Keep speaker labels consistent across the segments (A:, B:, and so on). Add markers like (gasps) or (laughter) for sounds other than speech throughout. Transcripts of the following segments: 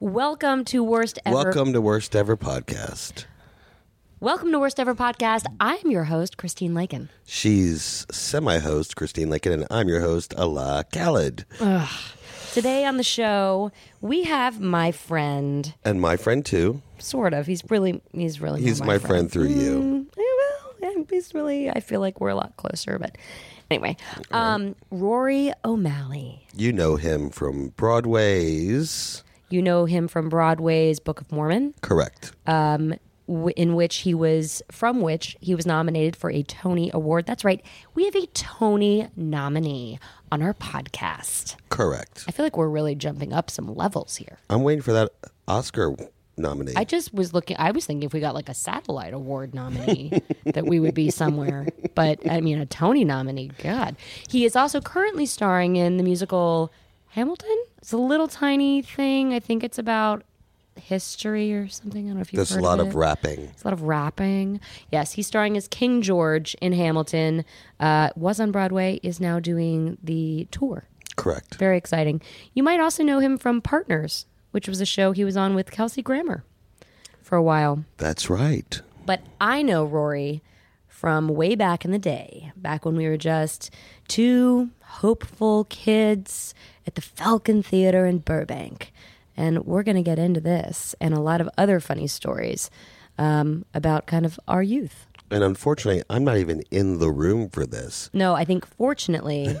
A: Welcome to Worst Ever.
B: Welcome to Worst Ever Podcast.
A: Welcome to Worst Ever Podcast. I'm your host, Christine Lakin.
B: She's semi host Christine Lincoln, and I'm your host, Allah Khaled.
A: Today on the show, we have my friend,
B: And my friend, too.
A: sort of. He's really, he's really,
B: He's
A: not
B: my, friend. through you.
A: Yeah, well, yeah, he's really. I feel like we're a lot closer, but anyway, um, Rory O'Malley.
B: You know him from Broadway's.
A: You know him from Broadway's Book of Mormon,
B: Correct.
A: Uh, w- in which he was from which he was nominated for a Tony Award. That's right. We have a Tony nominee on our podcast.
B: Correct.
A: I feel like we're really jumping up some levels here.
B: I'm waiting for that Oscar nominee.
A: I just was looking. I was thinking if we got like a satellite award
B: (laughs)
A: nominee, that we would be somewhere. But I mean, a Tony nominee. God, he is also currently starring in the musical Hamilton. It's a little tiny thing. I think it's about history or something. I don't know if you've
B: There's a
A: heard
B: lot
A: it.
B: of rapping.
A: It's a lot of rapping. Yes, he's starring as King George in Hamilton. Uh, was on Broadway. Is now doing the tour.
B: Correct.
A: Very exciting. You might also know him from Partners, which was a show he was on with Kelsey Grammer for a while.
B: That's right.
A: But I know Rory from way back in the day, back when we were just two hopeful kids at the Falcon Theater in Burbank. And we're going to get into this and a lot of other funny stories um, about kind of our youth.
B: And unfortunately, I'm not even in the room for this.
A: No, I think fortunately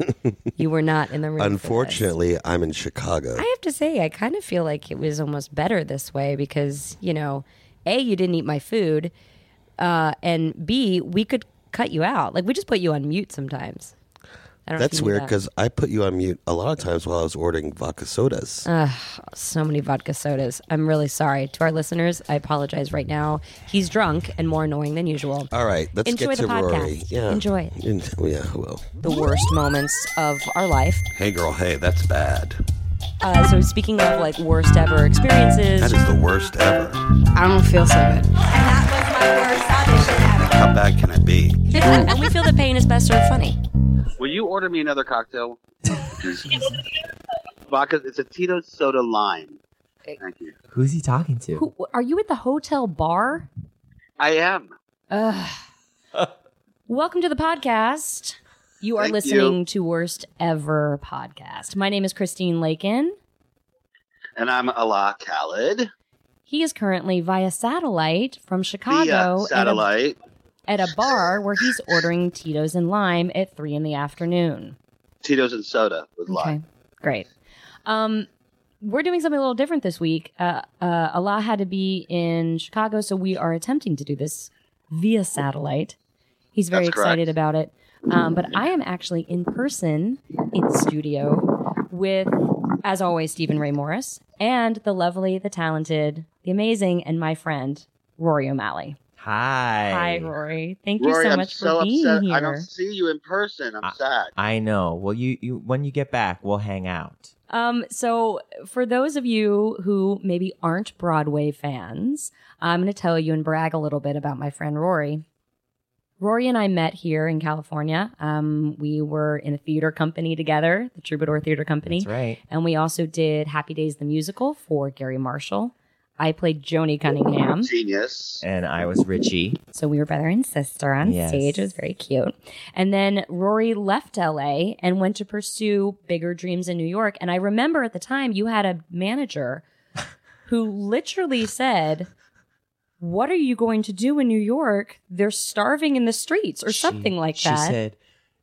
A: you were not in the room. for this.
B: Unfortunately, I'm in Chicago.
A: I have to say, I kind of feel like it was almost better this way because, you know, A, you didn't eat my food, uh, and B, we could cut you out. Like, we just put you on mute sometimes. I don't know if
B: That's
A: you knew
B: weird
A: that.
B: because I put you on mute a lot of times while I was ordering vodka sodas.
A: so many vodka sodas. I'm really sorry. To our listeners, I apologize right now. He's drunk and more annoying than usual.
B: All right, let's
A: Enjoy
B: get
A: the
B: to
A: podcast.
B: Rory. Yeah,
A: Enjoy it.
B: En- oh, yeah, I will.
A: The worst moments of our life.
B: Hey, girl. Hey, that's bad.
A: Uh, so, speaking of like worst ever experiences,
B: That is the worst ever.
C: I don't feel so good.
D: And that was my worst audition ever.
B: How bad can it be?
A: (laughs) and we feel the pain is best served funny.
E: Will you order me another cocktail? Vodka. It's a Tito's soda lime. Thank you.
F: Who's he talking to?
A: Who, are you at the hotel bar?
E: I am.
A: Ugh. Welcome to the podcast. You are
E: Thank
A: listening
E: you.
A: to Worst Ever Podcast. My name is Christine Lakin.
E: And I'm Allah Khaled. uh,
A: He is currently via satellite from
E: the
A: Chicago
E: uh, satellite.
A: At, a, at a bar where he's ordering Tito's and Lime at three in the afternoon.
E: Tito's and soda with
A: Okay,
E: lime.
A: great. Um, we're doing something a little different this week. Uh, uh, Allah had to be in Chicago, so we are attempting to do this via satellite. He's very
E: That's correct. Mm-hmm.
A: excited about it. Um, but I am actually in person in studio with, as always, Stephen Ray Morris and the lovely, the talented, the amazing, and my friend, Rory O'Malley.
F: Hi.
A: Hi, Rory. Thank
E: Rory,
A: you so
E: I'm
A: much
E: so
A: for being
E: upset.
A: here.
E: I don't see you in person. I'm
F: I-
E: sad.
F: I know. Well, you, you when you get back, we'll hang out.
A: Um, so, for those of you who maybe aren't Broadway fans, I'm going to tell you and brag a little bit about my friend Rory. Rory and I met here in California. Um, we were in a theater company together, the Troubadour Theater Company.
F: That's right.
A: And we also did Happy Days the Musical for Gary Marshall. I played Joni Cunningham.
E: Genius.
F: And I was Richie.
A: So we were brother and sister on
F: Yes.
A: stage. It was very cute. And then Rory left LA and went to pursue bigger dreams in New York. And I remember at the time you had a manager who literally said, What are you going to do in New York? They're starving in the streets or
F: She-
A: something like
F: she
A: that.
F: said,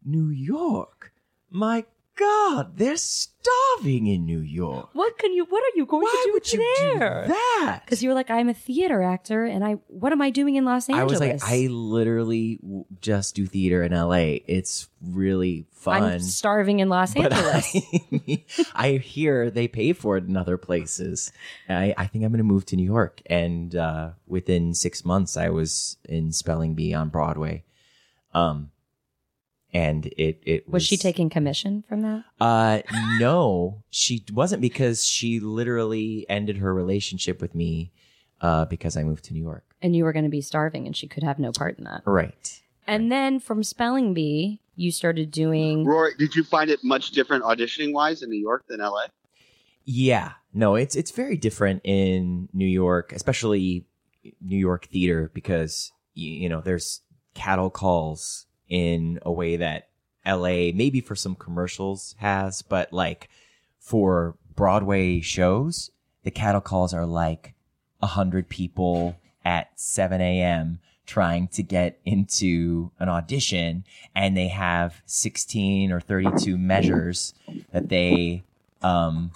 F: "New York, my God, they're starving in New York.
A: what can you what are you going
F: Why
A: to do
F: would you
A: there?
F: do that?"
A: Because you were like, I'm a theater actor and I what am I doing in Los
F: I was
A: Angeles?
F: like, I literally w- just do theater in L.A. It's really fun.
A: am starving in Los
F: but (laughs)
A: Angeles.
F: I, (laughs) I hear they pay for it in other places. I, I think I'm going to move to New York. And uh, within six months, I was in Spelling Bee on Broadway. Um, and it it was,
A: was she taking commission from that?
F: Uh, no, she wasn't because she literally ended her relationship with me uh, because I moved to New York.
A: and you were going to be starving and she could have no part in that.
F: Right.
A: And then from spelling bee, you started doing (laughs)
E: Rory, did you find it much different auditioning wise in New York than LA?
F: Yeah, No, it's it's very different in New York, especially New York theater, because you, you know there's cattle calls in a way that L.A. maybe for some commercials has, but like for Broadway shows, the cattle calls are like a hundred people at 7 a.m. trying to get into an audition, and they have 16 or 32 measures that they um,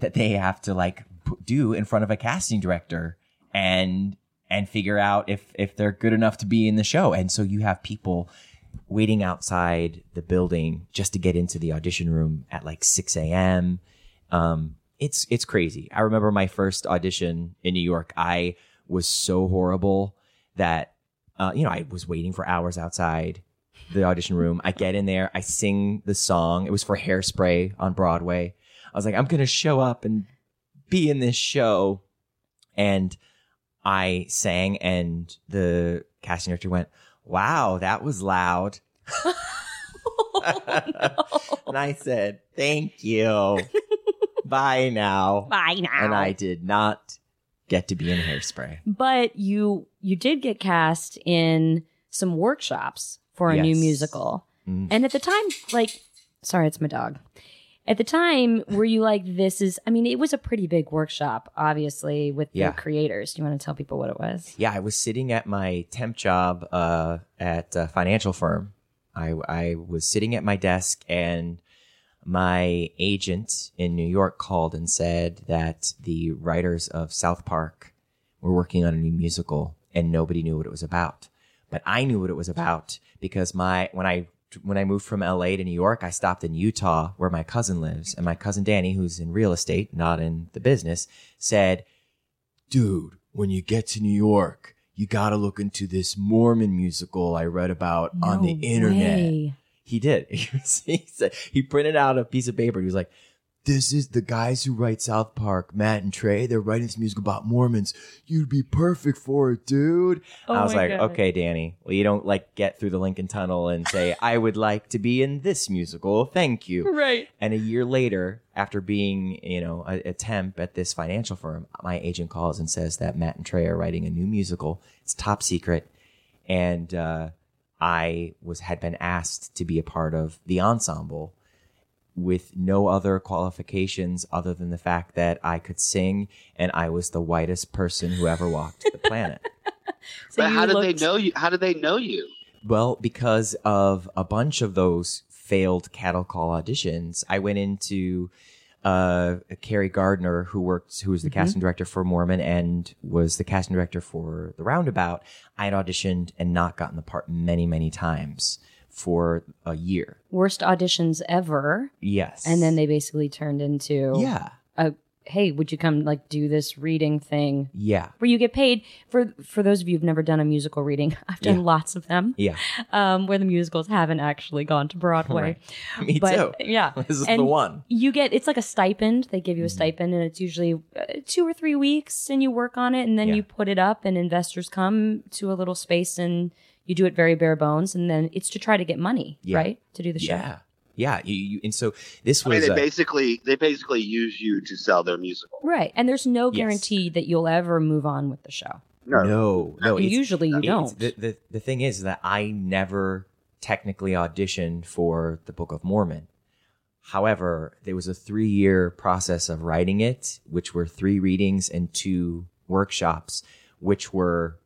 F: that they have to like p- do in front of a casting director and and figure out if if they're good enough to be in the show and so you have people waiting outside the building just to get into the audition room at like 6 a.m um it's it's crazy i remember my first audition in new york i was so horrible that uh, you know i was waiting for hours outside the audition room i get in there i sing the song it was for hairspray on broadway I was like, I'm going to show up and be in this show. And I sang, and the casting director went, Wow, that was loud.
A: Oh,
F: And I said, Thank you. Bye now.
A: (laughs) Bye now.
F: And I did not get to be in hairspray.
A: but you you did get cast in some workshops for a new
F: Yes.
A: musical
F: Mm.
A: and at the time like sorry it's my dog at the time were you like this is i mean it was a pretty big workshop obviously with
F: Yeah.
A: the creators do you want to tell people what it was
F: Yeah, I was sitting at my temp job uh, at a financial firm. I, I was sitting at my desk, and my agent in New York called and said that the writers of South Park were working on a new musical, and nobody knew what it was about. But I knew what it was about because my when I when I moved from LA to New York, I stopped in Utah where my cousin lives, and my cousin Danny, who's in real estate, not in the business, said dude, when you get to New York, you gotta look into this Mormon musical I read about on the
A: No
F: internet.
A: way.
F: He did. (laughs) He, was- he said he printed out a piece of paper. He was like, "This is the guys who write South Park, Matt and Trey. They're writing this music about Mormons. You'd be perfect for it, dude."
A: Oh
F: I was
A: my
F: like,
A: God.
F: "Okay, Danny. Well, you don't like get through the Lincoln Tunnel and say I would like to be in this musical. Thank you."
A: right
F: And a year later, after being, you know, a, a temp at this financial firm, my agent calls and says that Matt and Trey are writing a new musical. It's top secret. And uh, I was had been asked to be a part of the ensemble with no other qualifications other than the fact that I could sing and I was the whitest person who ever walked the planet.
A: so
E: but
A: you
E: how did
A: looked-
E: they know you? How did they know you?
F: Well, because of a bunch of those failed cattle call auditions, I went into uh, Carrie Gardner, who worked, who was
A: Mm-hmm.
F: the casting director for Mormon and was the casting director for The Roundabout. I had auditioned and not gotten the part many, many times for a year.
A: worst auditions ever
F: Yes,
A: and then they basically turned into
F: yeah,
A: a, hey would you come like do this reading thing
F: yeah,
A: where you get paid for for those of you who've never done a musical reading (laughs) i've done
F: Yeah.
A: lots of them
F: yeah. (laughs)
A: um, where the musicals haven't actually gone to Broadway.
F: Right. Me
A: But
F: too. (laughs)
A: yeah,
F: This is
A: And-
F: the one.
A: you get it's like a stipend. They give you a
F: Mm-hmm.
A: stipend, and it's usually uh, two or three weeks, and you work on it, and then
F: Yeah.
A: you put it up, and investors come to a little space, and you do it very bare bones, and then it's to try to get money,
F: Yeah.
A: right, to do the show.
F: Yeah, yeah. You, you, and so this
E: I
F: was
E: mean, they
F: a-
E: basically they basically use you to sell their musical.
A: Right, and there's no
F: Yes.
A: guarantee that you'll ever move on with the show.
E: No,
F: no, no. Oh, it's-
A: Usually, you
F: It's-
A: don't.
F: The, the, the thing is that I never technically auditioned for the Book of Mormon. However, there was a three year process of writing it, which were three readings and two workshops, which were,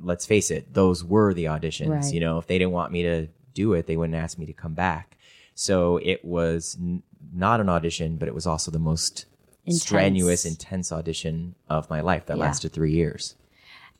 F: let's face it, those were the auditions.
A: Right.
F: You know, if they didn't want me to do it, they wouldn't ask me to come back. So it was n- not an audition, but it was also the most
A: Intense.
F: strenuous, intense audition of my life that
A: Yeah.
F: lasted three years.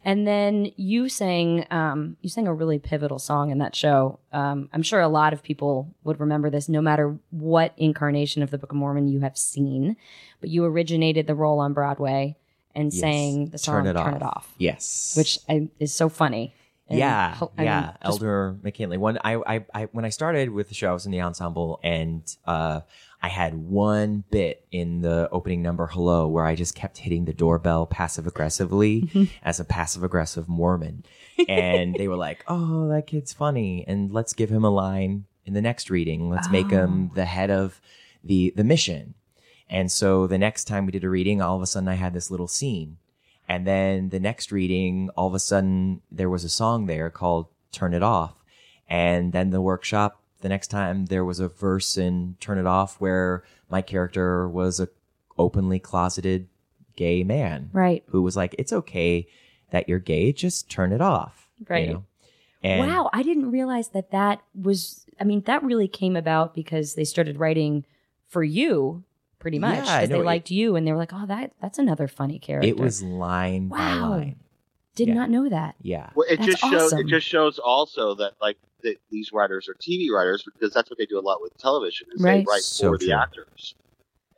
A: And then you sang, um, you sang a really pivotal song in that show. Um, I'm sure a lot of people would remember this, no matter what incarnation of the Book of Mormon you have seen. But you originated the role on Broadway and
F: Yes.
A: sang the song "Turn It, Off,"
F: Yes.
A: which I, is so funny. And
F: yeah,
A: ho- I mean,
F: yeah.
A: just-
F: Elder McKinley. When I, I, I, when I started with the show, I was in the ensemble, and uh, I had one bit in the opening number "Hello," where I just kept hitting the doorbell passive aggressively as a passive aggressive Mormon, and they were like, "Oh, that kid's funny," and let's give him a line in the next reading. Let's make him the head of the the mission. And so the next time we did a reading, all of a sudden I had this little scene. And then the next reading, all of a sudden there was a song there called Turn It Off. And then the workshop, the next time there was a verse in Turn It Off where my character was a openly closeted gay man
A: Right.
F: who was like, it's okay that you're gay. Just turn it off. you
A: Right.
F: know? And
A: wow, I didn't realize that that was. I mean, that really came about because they started writing for you, pretty much,
F: Yeah,
A: because
F: I
A: they
F: know. It-
A: liked you, and they were like, "Oh, that that's another funny character."
F: it was line by
A: Wow.
F: line.
A: Did
F: yeah.
A: not know that.
F: Yeah.
E: Well, it
A: That's
E: just shows.
A: awesome.
E: It just shows also that like that these writers are TV writers because that's what they do a lot with television. Is
A: Right.
E: They write
F: So
E: for
F: true.
E: the actors,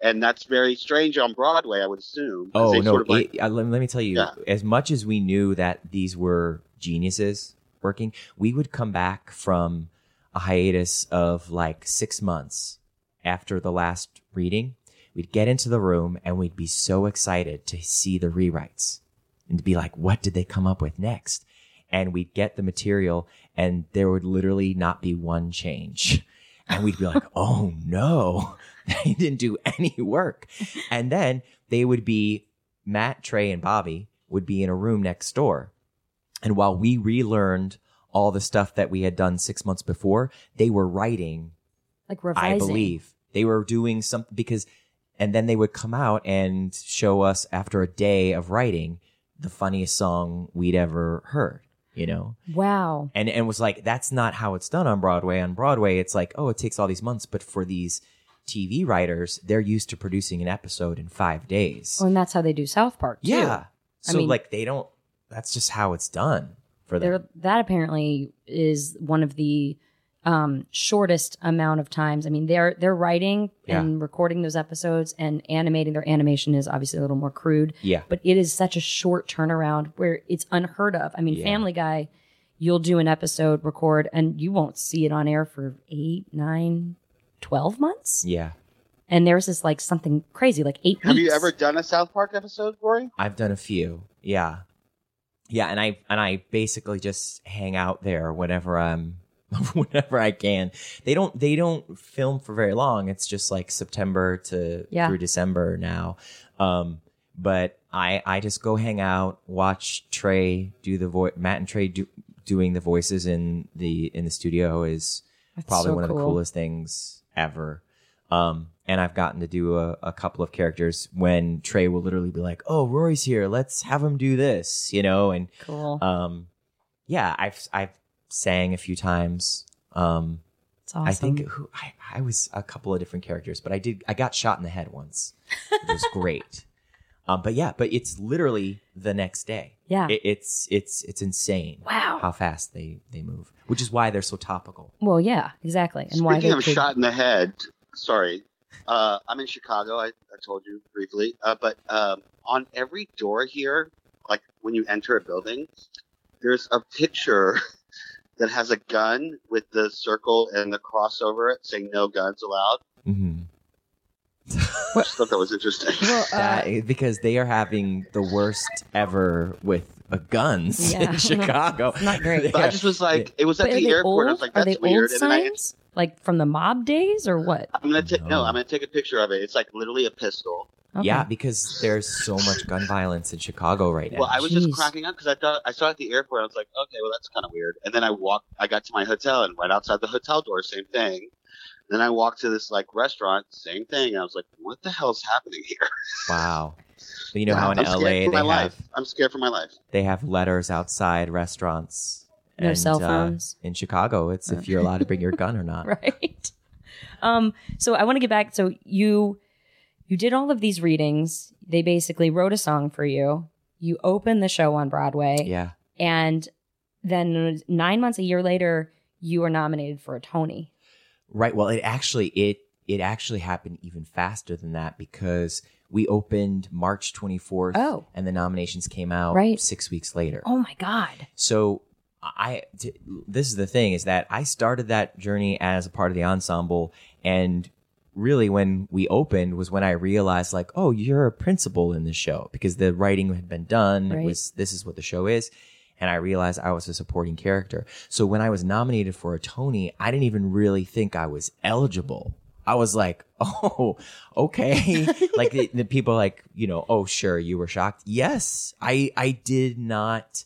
E: and that's very strange on Broadway, I would assume. 'cause
F: Oh
E: they
F: no!
E: sort of like-
F: it- uh, let, let me tell you.
E: Yeah.
F: As much as we knew that these were geniuses working, we would come back from a hiatus of like six months after the last reading. We'd get into the room and we'd be so excited to see the rewrites and to be like, "What did they come up with next?" And we'd get the material, and there would literally not be one change. And we'd be like, "Oh no, (laughs) they didn't do any work." And then they would be Matt, Trey, and Bobby would be in a room next door. And while we relearned all the stuff that we had done six months before, they were writing,
A: Like revising.
F: I believe. They were doing something because, and then they would come out and show us after a day of writing the funniest song we'd ever heard, you know?
A: Wow.
F: and and was like that's not how it's done on broadway on broadway it's like oh it takes all these months but for these tv writers they're used to producing an episode in five days
A: Oh, and that's how they do South Park. too.
F: yeah
A: I
F: so
A: mean-
F: like they don't that's just how it's done for them
A: There, that apparently is one of the um, shortest amount of times. I mean, they're they're writing and recording those episodes and animating. Their animation is obviously a little more crude,
F: yeah
A: but it is such a short turnaround where it's unheard of. I mean,
F: Yeah.
A: Family Guy, you'll do an episode, record, and you won't see it on air for eight, nine, 12 months.
F: yeah
A: And there's this like something crazy, like eight
E: have you
A: weeks.
E: ever done a South Park episode, Rory?
F: i've done a few yeah yeah and i and i basically just hang out there whenever i'm (laughs) whenever i can they don't they don't film for very long it's just like september to
A: Yeah.
F: through december now um but i i just go hang out watch trey do the voice matt and trey do, doing the voices in the in the studio is
A: That's
F: probably
A: so
F: one of the
A: cool.
F: coolest things ever um and i've gotten to do a, a couple of characters when trey will literally be like oh rory's here let's have him do this you know and
A: Cool.
F: um yeah i've i've sang a few times um
A: It's awesome.
F: I think who, I, I was a couple of different characters, but I did I got shot in the head once. It
A: (laughs)
F: was great. Um, but yeah, but it's literally the next day.
A: Yeah.
F: It, it's it's it's insane.
A: Wow.
F: how fast they they move, which is why they're so topical.
A: Well, yeah, exactly. And why
E: Speaking
A: they
E: of
A: could-
E: shot in the head, sorry. Uh, I'm in Chicago. I, I told you briefly, uh, but um, on every door here, like when you enter a building, there's a picture (laughs) that has a gun with the circle and the cross over it saying "No guns allowed."
F: Mm-hmm.
E: I just thought that was interesting.
A: Well, uh,
F: eh, because they are having the worst ever with uh, guns
A: Yeah. (laughs)
F: in Chicago.
A: It's not
F: (laughs)
A: great.
F: They
E: (laughs) But I
F: are-
E: just was like, it was
A: but
E: at
A: are
E: the
A: they
E: airport.
A: old?
E: I was like,
A: are
E: that's
A: they old
E: weird. and then I,
A: signs? Like from the mob days or what?
E: I'm gonna take
F: No.
E: no. I'm gonna take a picture of it. It's like literally a pistol.
A: Okay.
F: Yeah, because there's so much gun violence in Chicago right now.
E: Well, I was
A: Jeez.
E: just cracking up because I thought I saw it at the airport. I was like, okay, well that's kind of weird. And then I walked. I got to my hotel and right outside the hotel door, same thing. Then I walked to this like restaurant, same thing. I was like, what the hell's happening here?
F: wow. You know how in
E: I'm scared
F: LA
E: for
F: they
E: my
F: have
E: life. I'm scared for my life.
F: they have letters outside restaurants.
A: No cell
F: uh,
A: phones.
F: in Chicago, it's if you're allowed to
A: (laughs)
F: bring your gun or not.
A: right. Um, so I want to get back. So you you did all of these readings. They basically wrote a song for you. You opened the show on Broadway,
F: Yeah.
A: and then nine months, a year later, you were nominated for a Tony.
F: Right. Well, it actually it it actually happened even faster than that because we opened March 24th
A: Oh.
F: and the nominations came out
A: Right.
F: 6 weeks later.
A: Oh my God!
F: So I t- this is the thing is that I started that journey as a part of the ensemble and really when we opened was when I realized like oh you're a principal in the show because the writing had been done
A: Right.
F: it was this is what the show is and I realized I was a supporting character. So when I was nominated for a Tony, I didn't even really think I was eligible. I was like, (laughs) oh, okay. like the, the people, like you know, oh, sure, you were shocked. Yes, I I did not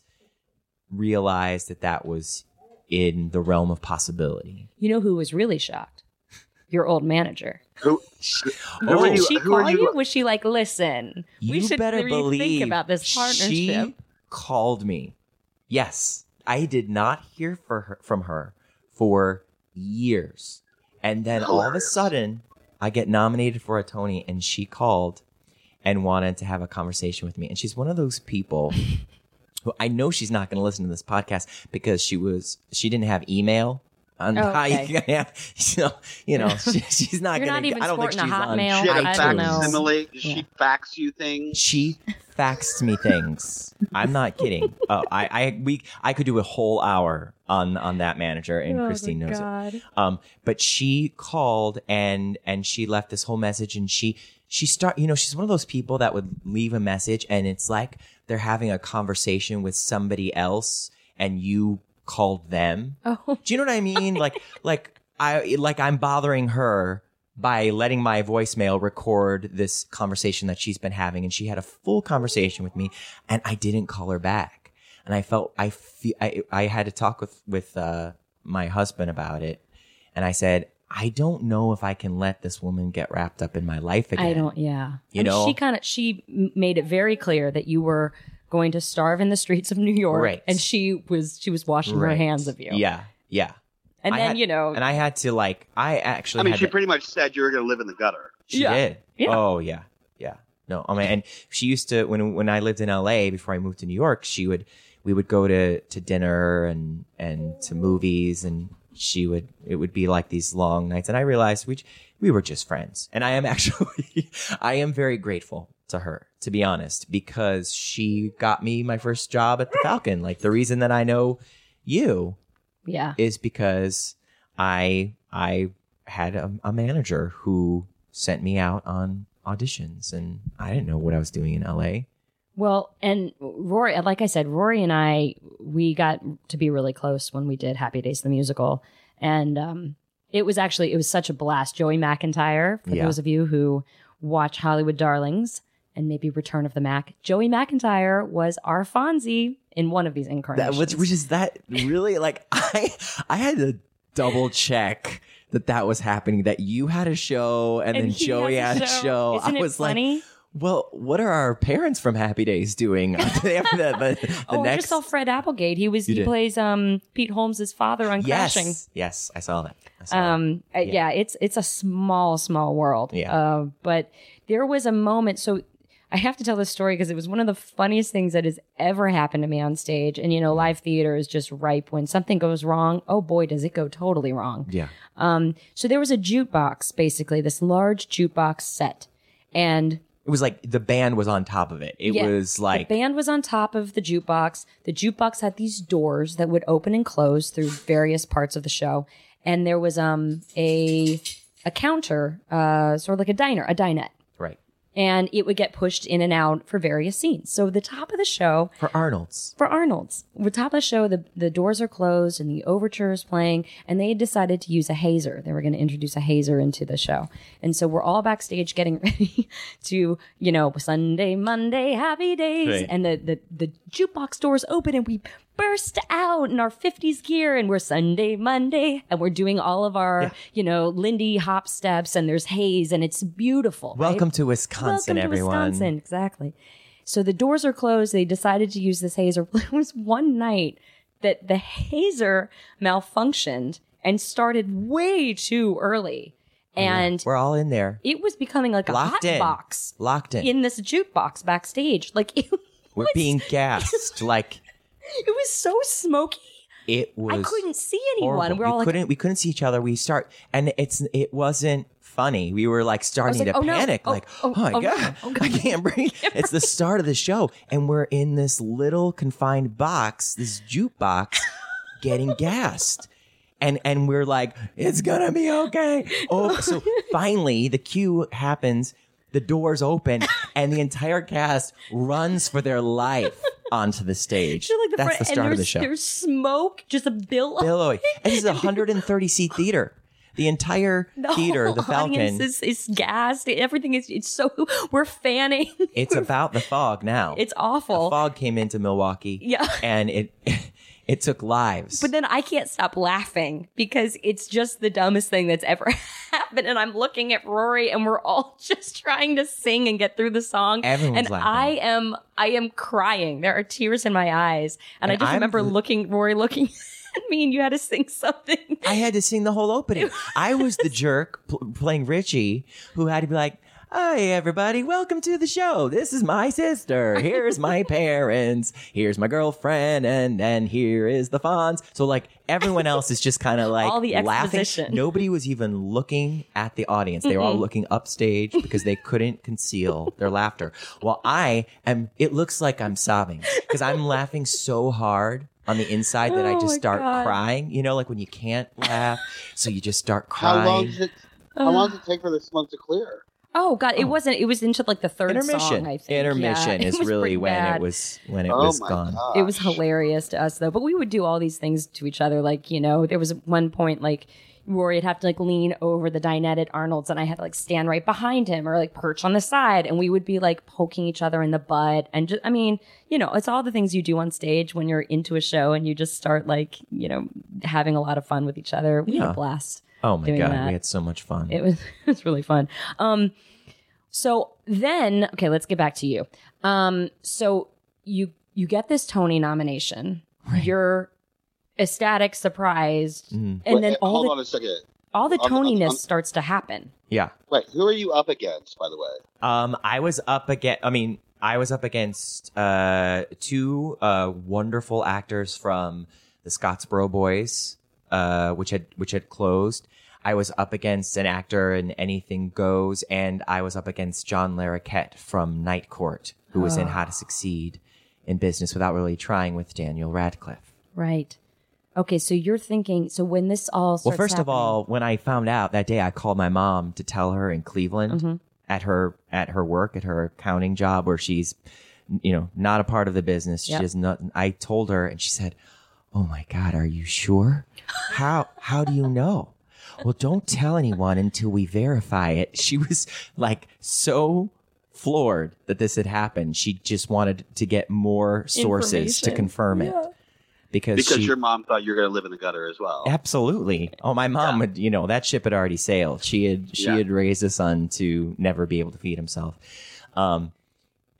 F: realize that that was in the realm of possibility.
A: You know who was really shocked? Your old manager.
E: Who, who
F: Oh.
E: are
A: Did
E: you?
A: she
E: who
A: call
E: are you?
A: you? Was she like, listen, we
F: you
A: should
F: better
A: rethink
F: believe
A: about this
F: She (laughs)
A: partnership?
F: called me. Yes, I did not hear for her, from her for years,
A: (gasps)
F: and then all of a
E: Hilarious.
F: sudden, I get nominated for a Tony, and she called and wanted to have a conversation with me. And she's one of
A: (laughs)
F: those people who I know she's not going to listen to this podcast because she was she didn't have email. On
A: Oh,
F: (laughs) how you
A: okay.
F: can- you know, you know she, she's not
A: You're
F: going
A: not even
F: I don't think she's
A: sporting a
F: on
A: Hotmail.
E: She had a
A: I
F: iTunes.
A: don't
E: fax
A: know.
E: simile.
A: Yeah.
E: She faxed you things.
F: She faxed me things. I'm not kidding. Oh, I, I, we, I could do a whole hour on on that manager, and Christine knows
A: God.
F: it. Um, but she called and and she left this whole message, and she she start. You know, she's one of those people that would leave a message, and it's like they're having a conversation with somebody else, and you called them.
A: Oh,
F: Do you know what I
A: (laughs)
F: mean? like like I like I'm bothering her by letting my voicemail record this conversation that she's been having and she had a full conversation with me and I didn't call her back. And I felt I feel I I had to talk with with uh my husband about it and I said I don't know if I can let this woman get wrapped up in my life again.
A: I don't. Yeah,
F: You
A: I mean,
F: know?
A: she kind of she m- made it very clear that you were going to starve in the streets of New York,
F: Right.
A: and she was she was washing her
F: Right.
A: hands of you.
F: Yeah. Yeah.
A: and
F: I
A: then
F: had-
A: you know,
F: And I had to like I actually
E: I mean,
F: had
E: she
F: to-
E: pretty much said you were going to live in the gutter.
F: She
A: Yeah.
F: did.
A: Yeah.
F: Oh yeah. Yeah. No. I mean, and she used to when when I lived in L.A. before I moved to New York, she would we would go to to dinner and and to movies and she would it would be like these long nights and I realized we j- we were just friends and I am (laughs) actually I am very grateful to her to be honest because she got me my first job at the Falcon like the reason that I know you
A: yeah,
F: is because I I had a, a manager who sent me out on auditions, and I didn't know what I was doing in LA.
A: Well, and Rory, like I said, Rory and I, we got to be really close when we did Happy Days the musical, and um, it was actually it was such a blast. Joey McIntyre, for
F: Yeah.
A: those of you who watch Hollywood Darlings and maybe Return of the Mac, Joey McIntyre was our Fonzie in one of these
F: That
A: incarnations.
F: which, which is that really like (laughs) I I had to double check that that was happening that you had a show and, then
A: he
F: Joey
A: has
F: had a show.
A: Isn't
F: I was
A: it funny?
F: like, well, what are our parents from Happy Days doing? they have the,
A: (laughs)
F: the, the
A: oh, I
F: next
A: just saw Fred Applegate. He was
F: You
A: he
F: did.
A: plays um Pete Holmes' father on
F: yes,
A: Crashing.
F: yes, I saw that. I saw that.
A: um uh, yeah. it's it's a small small world
F: Yeah.
A: uh, but there was a moment so i have to tell this story because it was one of the funniest things that has ever happened to me on stage and you
F: Mm-hmm.
A: know live theater is just ripe when something goes wrong oh boy does it go totally wrong
F: Yeah.
A: um so there was a jukebox basically this large jukebox set and
F: It was like the band was on top of it. It
A: yeah.
F: was like
A: the band was on top of the jukebox. The jukebox had these doors that would open and close through various parts of the show, and there was um a a counter, uh, sort of like a diner, a dinette,
F: right
A: and it would get pushed in and out for various scenes. So the top of the show
F: for Arnold's.
A: for Arnold's. We're top of the show, the, the doors are closed and the overture is playing, and they had decided to use a hazer. They were going to introduce a hazer into the show. And so we're all backstage getting (laughs) ready to, you know, Sunday, Monday, happy days.
F: Right.
A: And the, the, the jukebox doors open and we burst out in our 50s gear and we're Sunday, Monday, and we're doing all of our, you know, Lindy hop steps and there's haze and it's beautiful. right?
F: Welcome to Wisconsin,
A: Welcome
F: everyone.
A: to Wisconsin, exactly. So the doors are closed. They decided to use this hazer. (laughs) There was one night that the hazer malfunctioned and started way too early, and
F: Oh, We're all in there,
A: it was becoming like a
F: locked
A: hot
F: in,
A: box
F: locked in.
A: in this jukebox backstage. Like (laughs) it,
F: We're
A: (laughs)
F: being gassed. like
A: it was so smoky.
F: it was.
A: I couldn't see
F: horrible.
A: anyone. We're
F: we
A: all like,
F: couldn't. We couldn't see each other. We start, and it's. It wasn't funny. We were like starting
A: like,
F: to
A: oh, no.
F: panic.
A: Oh,
F: like,
A: oh,
F: oh, my
A: oh, no.
F: god, I
A: (laughs)
F: can't breathe. it's the start of the show, and we're in this little confined box, this jukebox, getting gassed. and and we're like, it's gonna be okay. Oh, so finally the cue happens, the doors open, and the entire cast runs for their life onto the stage.
A: like the
F: That's
A: front,
F: the
A: and
F: start of the
A: there's-
F: show.
A: There's smoke, just a bill.
F: Billowy. And this is a 130 seat theater. The entire
A: (laughs) The
F: theater,
A: whole
F: the Falcon,
A: audience is, is gassed. Everything is it's so (laughs) we're fanning. (laughs)
F: it's about the fog now.
A: It's
F: the
A: awful.
F: fog came into Milwaukee.
A: Yeah. (laughs)
F: And it (laughs) it took lives.
A: But then I can't stop laughing because it's just the dumbest thing that's ever (laughs) happened. And I'm looking at Rory and we're all (laughs) just trying to sing and get through the song.
F: Everyone's
A: and
F: laughing.
A: I am I am crying. There are tears in my eyes. And, I
F: And
A: just
F: I'm
A: remember
F: l-
A: looking Rory looking (laughs) at me and you had to sing something.
F: I had to sing the whole
A: (laughs)
F: opening. I was the jerk pl- playing Richie who had to be like, Hey everybody, welcome to the show. This is my sister.
A: (laughs)
F: Here's my parents. Here's my girlfriend, and and here is the Fonz. So like everyone else is just kind of like
A: All the
F: laughing.
A: exposition.
F: Nobody was even looking at the audience. They were all looking upstage because they couldn't conceal their laughter. While I am, it looks like I'm sobbing because I'm laughing so hard on the inside that I
A: Oh
F: just
A: my
F: start
A: God.
F: crying crying, You know, like when you can't laugh, so you just start
E: How long
F: crying.
E: did it, how long did it take for the smoke to clear?
A: Oh god, it wasn't it was into like the third
F: Intermission.
A: song, I think. Yeah, (laughs)
F: Intermission
A: it
F: is
A: was
F: really
A: pretty
F: when
A: bad.
F: it was when it
E: oh
F: was
E: my
F: gone.
E: god!
A: it was hilarious to us though but we would do all these things to each other like you know there was one point like rory would have to like lean over the dinette at arnold's and i had to like stand right behind him or like perch on the side and we would be like poking each other in the butt and just i mean you know it's all the things you do on stage when you're into a show and you just start like you know having a lot of fun with each other we had
F: Yeah.
A: a blast
F: Oh my
A: doing
F: god,
A: that.
F: we had so much fun.
A: it was (laughs) it was really fun. Um, so then okay, let's get back to you. Um, so you you get this Tony nomination. You're ecstatic, surprised,
F: Mhm.
A: and
E: Wait,
A: then
E: uh,
A: all
E: hold
A: the
E: on a second.
A: all the
E: on- on-
A: Toniness
E: on-
A: starts to happen.
F: Yeah.
E: Wait, who are you up against, by the way?
F: Um, I was up against. I mean, I was up against uh two uh wonderful actors from the Scottsboro Boys, uh, which had which had closed. I was up against an actor in Anything Goes, and I was up against John Larroquette from Night Court, who was in How to Succeed in Business Without Really Trying with Daniel Radcliffe.
A: Right. Okay, so you're thinking. So when this all starts
F: Well, first of
A: happening-
F: all, when I found out that day, I called my mom to tell her in Cleveland
A: Mm-hmm.
F: at her at her work at her accounting job where she's, you know, not a part of the business.
A: Yep.
F: She does not. I told her, and she said, "Oh my God, are you sure? How how do you know?" Well, don't tell anyone until we verify it. She was like so floored that this had happened. She just wanted to get more sources to
A: Information.
F: confirm it because,
E: Because
F: she,
E: your mom thought you were going to live in the gutter as well.
F: Absolutely. Oh, my mom would, you know, that ship had already sailed. She had she
E: Yeah.
F: had raised a son to never be able to feed himself. Um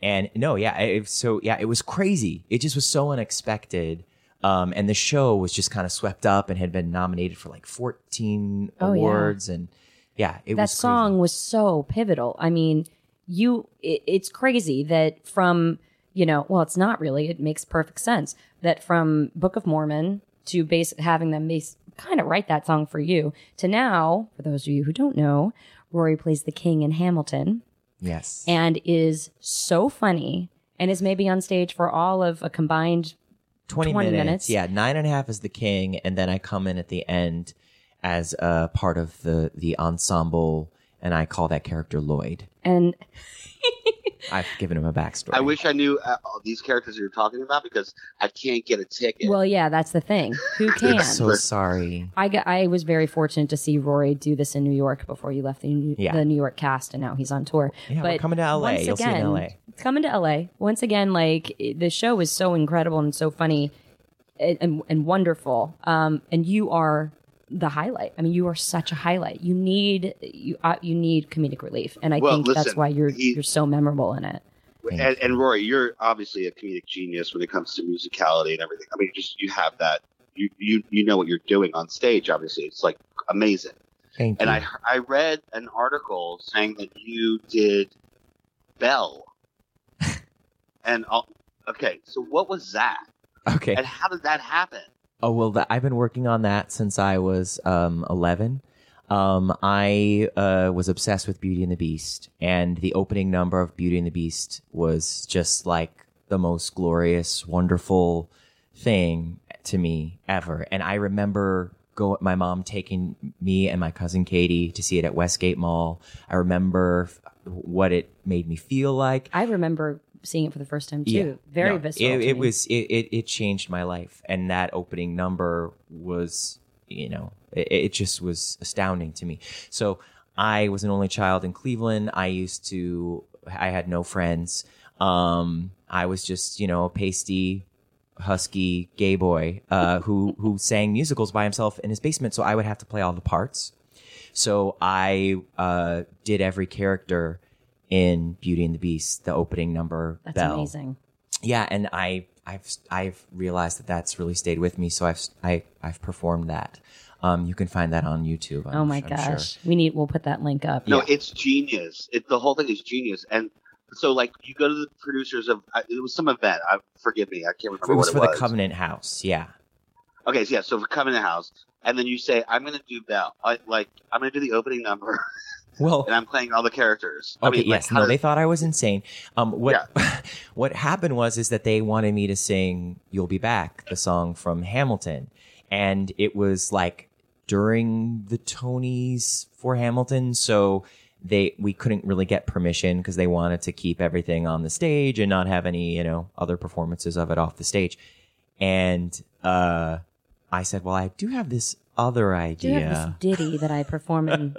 F: and no, yeah, I- it, so yeah, it was crazy. It just was so unexpected. Um and the show was just kind of swept up and had been nominated for like 14
A: Oh, yeah.
F: awards and yeah, it
A: that
F: was crazy.
A: song was so pivotal. I mean, you it, it's crazy that from you know, well, it's not really. It makes perfect sense that from Book of Mormon to base having them base kind of write that song for you to now. For those of you who don't know, Rory plays the king in Hamilton
F: Yes.
A: and is so funny and is maybe on stage for all of a combined
F: 20,
A: 20
F: minutes.
A: minutes.
F: Yeah, nine and a half is the king, and then I come in at the end as a part of the the ensemble, and I call that character Lloyd.
A: and
F: I've given him a backstory.
E: I wish I knew uh, all these characters you're talking about because I can't get a ticket.
A: well, yeah, that's the thing. Who can?
F: I'm so sorry.
A: I, got, I was very fortunate to see Rory do this in New York before you left the New,
F: Yeah.
A: the New York cast, and now he's on tour.
F: Yeah, we're coming to LA.
A: once
F: You'll see it in
A: again-
F: LA.
A: Coming to LA once again. Like it- the show is so incredible and so funny and, and, and wonderful. Um, and you are the highlight. I mean, you are such a highlight. You need you uh, you need comedic relief, and I
E: Well,
A: think that's
E: listen,
A: why you're
E: he-
A: you're so memorable in it.
E: and, and Rory, you're obviously a comedic genius when it comes to musicality and everything. I mean, just you have that. You you you know what you're doing on stage. Obviously, it's like amazing.
F: Thank
E: And
F: you.
E: I I read an article saying that you did Bell. and i okay, so what was that?
F: okay.
E: And how did that happen?
F: Oh well, th- I've been working on that since I was um, eleven. Um, I uh, was obsessed with Beauty and the Beast, and the opening number of Beauty and the Beast was just like the most glorious, wonderful thing to me ever. And I remember go my mom taking me and my cousin Katie to see it at Westgate Mall. I remember f- what it made me feel like.
A: I remember seeing it for the first time too. Very
F: No,
A: visceral.
F: It,
A: to
F: it
A: me.
F: was it, it it changed my life, and that opening number was you know, it, it just was astounding to me. So I was an only child in Cleveland. I used to, I had no friends. Um, I was just, you know, a pasty, husky gay boy uh, who who sang musicals by himself in his basement. So I would have to play all the parts. So I uh, did every character in Beauty and the Beast, the opening number,
C: That's
F: Belle
C: amazing.
F: yeah and i i've i've realized that that's really stayed with me so i've I, i've performed that um you can find that on youtube I'm,
C: oh my
F: I'm sure.
C: gosh, we need. We'll put that link up.
E: No, it's genius. It, the whole thing is genius. And so, like, you go to the producers of I- it was some event. I, forgive me, I can't remember
F: it was
E: what
F: for
E: it was.
F: the covenant house yeah
E: Okay, so yeah, so for Covenant House, and then you say, "I'm going to do Bell. I, like, I'm going to do the opening number, (laughs)
F: well
E: and I'm playing all the characters." I
F: Okay.
E: mean, like,
F: yes.
E: how
F: no.
E: does-
F: They thought I was insane. Um. What (laughs) What happened was is that they wanted me to sing "You'll Be Back," the song from Hamilton, and it was like during the Tonys for Hamilton, so they we couldn't really get permission because they wanted to keep everything on the stage and not have any you know other performances of it off the stage, and uh, I said, well, I do have this other
C: Do
F: idea.
C: you have this ditty that I perform
F: (laughs)
C: in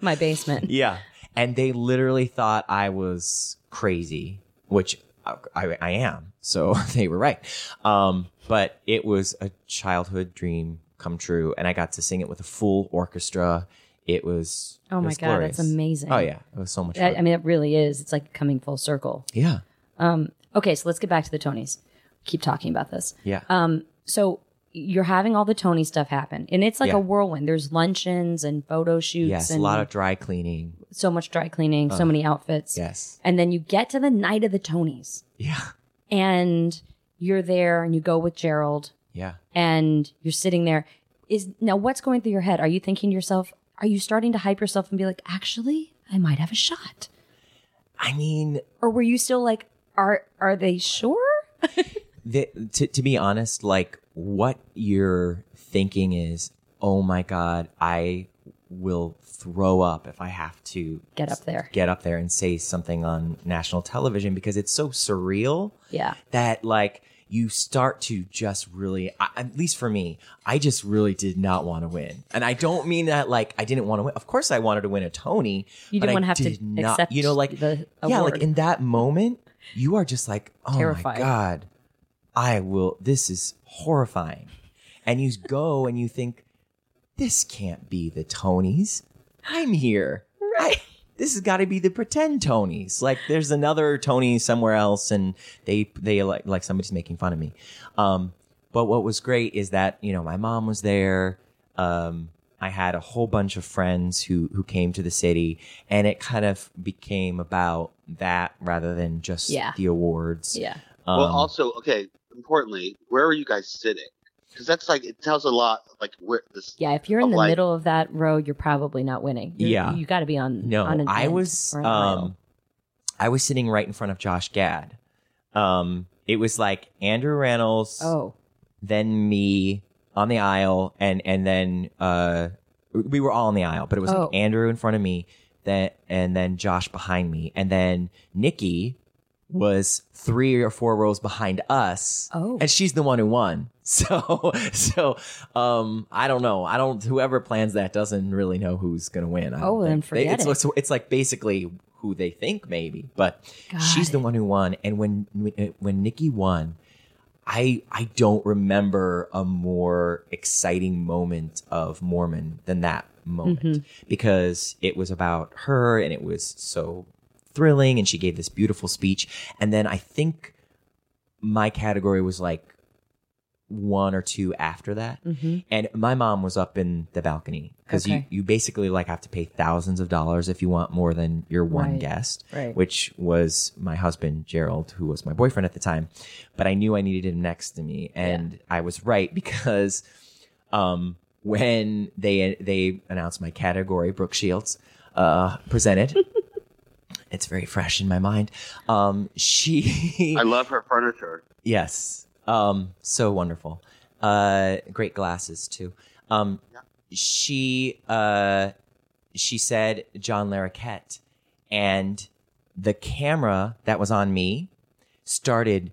C: my basement?
F: Yeah. And they literally thought I was crazy, which I, I, I am. So (laughs) they were right. Um, but it was a childhood dream come true. And I got to sing it with a full orchestra. It was.
C: Oh
F: it
C: my
F: was
C: God, that's
F: glorious.
C: amazing.
F: Oh, yeah. It was so much fun.
C: I, I mean, it really is. It's like coming full circle.
F: yeah.
C: Um, okay, so let's get back to the Tonys. Keep talking about this.
F: Yeah.
C: Um, so you're having all the Tony stuff happen, and it's like
F: Yeah.
C: a whirlwind. There's luncheons and photo shoots,
F: yes. A
C: and
F: lot of dry cleaning.
C: so much dry cleaning, so many outfits.
F: Yes.
C: And then you get to the night of the Tonys,
F: Yeah.
C: and you're there, and you go with Gerald,
F: Yeah.
C: and you're sitting there. Is now what's going through your head? Are you thinking to yourself? Are you starting to hype yourself and be like, actually, I might have a shot?
F: I mean,
C: Or were you still like, are are they sure?
F: the, to, to be honest, like what you're thinking is, oh my God, I will throw up if I have to
C: Get up there.
F: get up there and say something on national television because it's so surreal
C: Yeah.
F: that like you start to just really I, at least for me i just really did not want to win and i don't mean that like i didn't want to win of course i wanted to win a tony
C: You
F: but
C: didn't
F: I
C: want to have to
F: did not-
C: accept
F: you know like
C: the
F: yeah
C: award.
F: like in that moment you are just like oh
C: Terrified.
F: my god i will this is horrifying and you go and you think this can't be the tonys i'm here right this has got to be the pretend tonys like there's another tony somewhere else and they they like like somebody's making fun of me um but what was great is that you know my mom was there um I had a whole bunch of friends who who came to the city, and it kind of became about that rather than just
C: Yeah.
F: the awards.
C: yeah.
F: Um,
E: Well, also, okay. Importantly, where are you guys sitting? Because that's like it tells a lot. Like where this.
C: Yeah, if you're in
E: of,
C: the
E: like-
C: middle of that row, you're probably not winning. You're-
F: Yeah.
C: you got to be on.
F: no,
C: on an
F: I
C: end
F: was
C: or an aisle.
F: um, I was sitting right in front of Josh Gad. Um, it was like Andrew Reynolds,
C: Oh,
F: then me on the aisle, and and then uh, we were all on the aisle, but it was
C: Oh.
F: like Andrew in front of me, then and then Josh behind me, and then Nikki was three or four rows behind us.
C: oh,
F: and she's the one who won. (laughs) So, so um, I don't know. I don't. Whoever plans that doesn't really know who's gonna win. I don't
C: Oh, then
F: think. They-
C: forget
F: it's,
C: it.
F: It's, it's like basically who they think maybe, but
C: Got
F: she's the
C: it.
F: one who won. And when when, when Nikki won, I I don't remember a more exciting moment of Mormon than that moment
C: Mm-hmm.
F: because it was about her and it was so thrilling and she gave this beautiful speech and then I think my category was like one or two after that
C: Mhm.
F: and my mom was up in the balcony because you,
C: Okay.
F: you basically like have to pay thousands of dollars if you want more than your one
C: Right.
F: guest
C: right.
F: which was my husband Gerald, who was my boyfriend at the time. But I knew I needed him next to me, and I was right because um, when they they announced my category, Brooke Shields uh,
C: (laughs)
F: presented. it's very fresh in my mind. Um, she
E: I love her furniture.
F: Yes. Um, so wonderful. Uh, great glasses too. Um, she uh, she said John Larroquette, and the camera that was on me started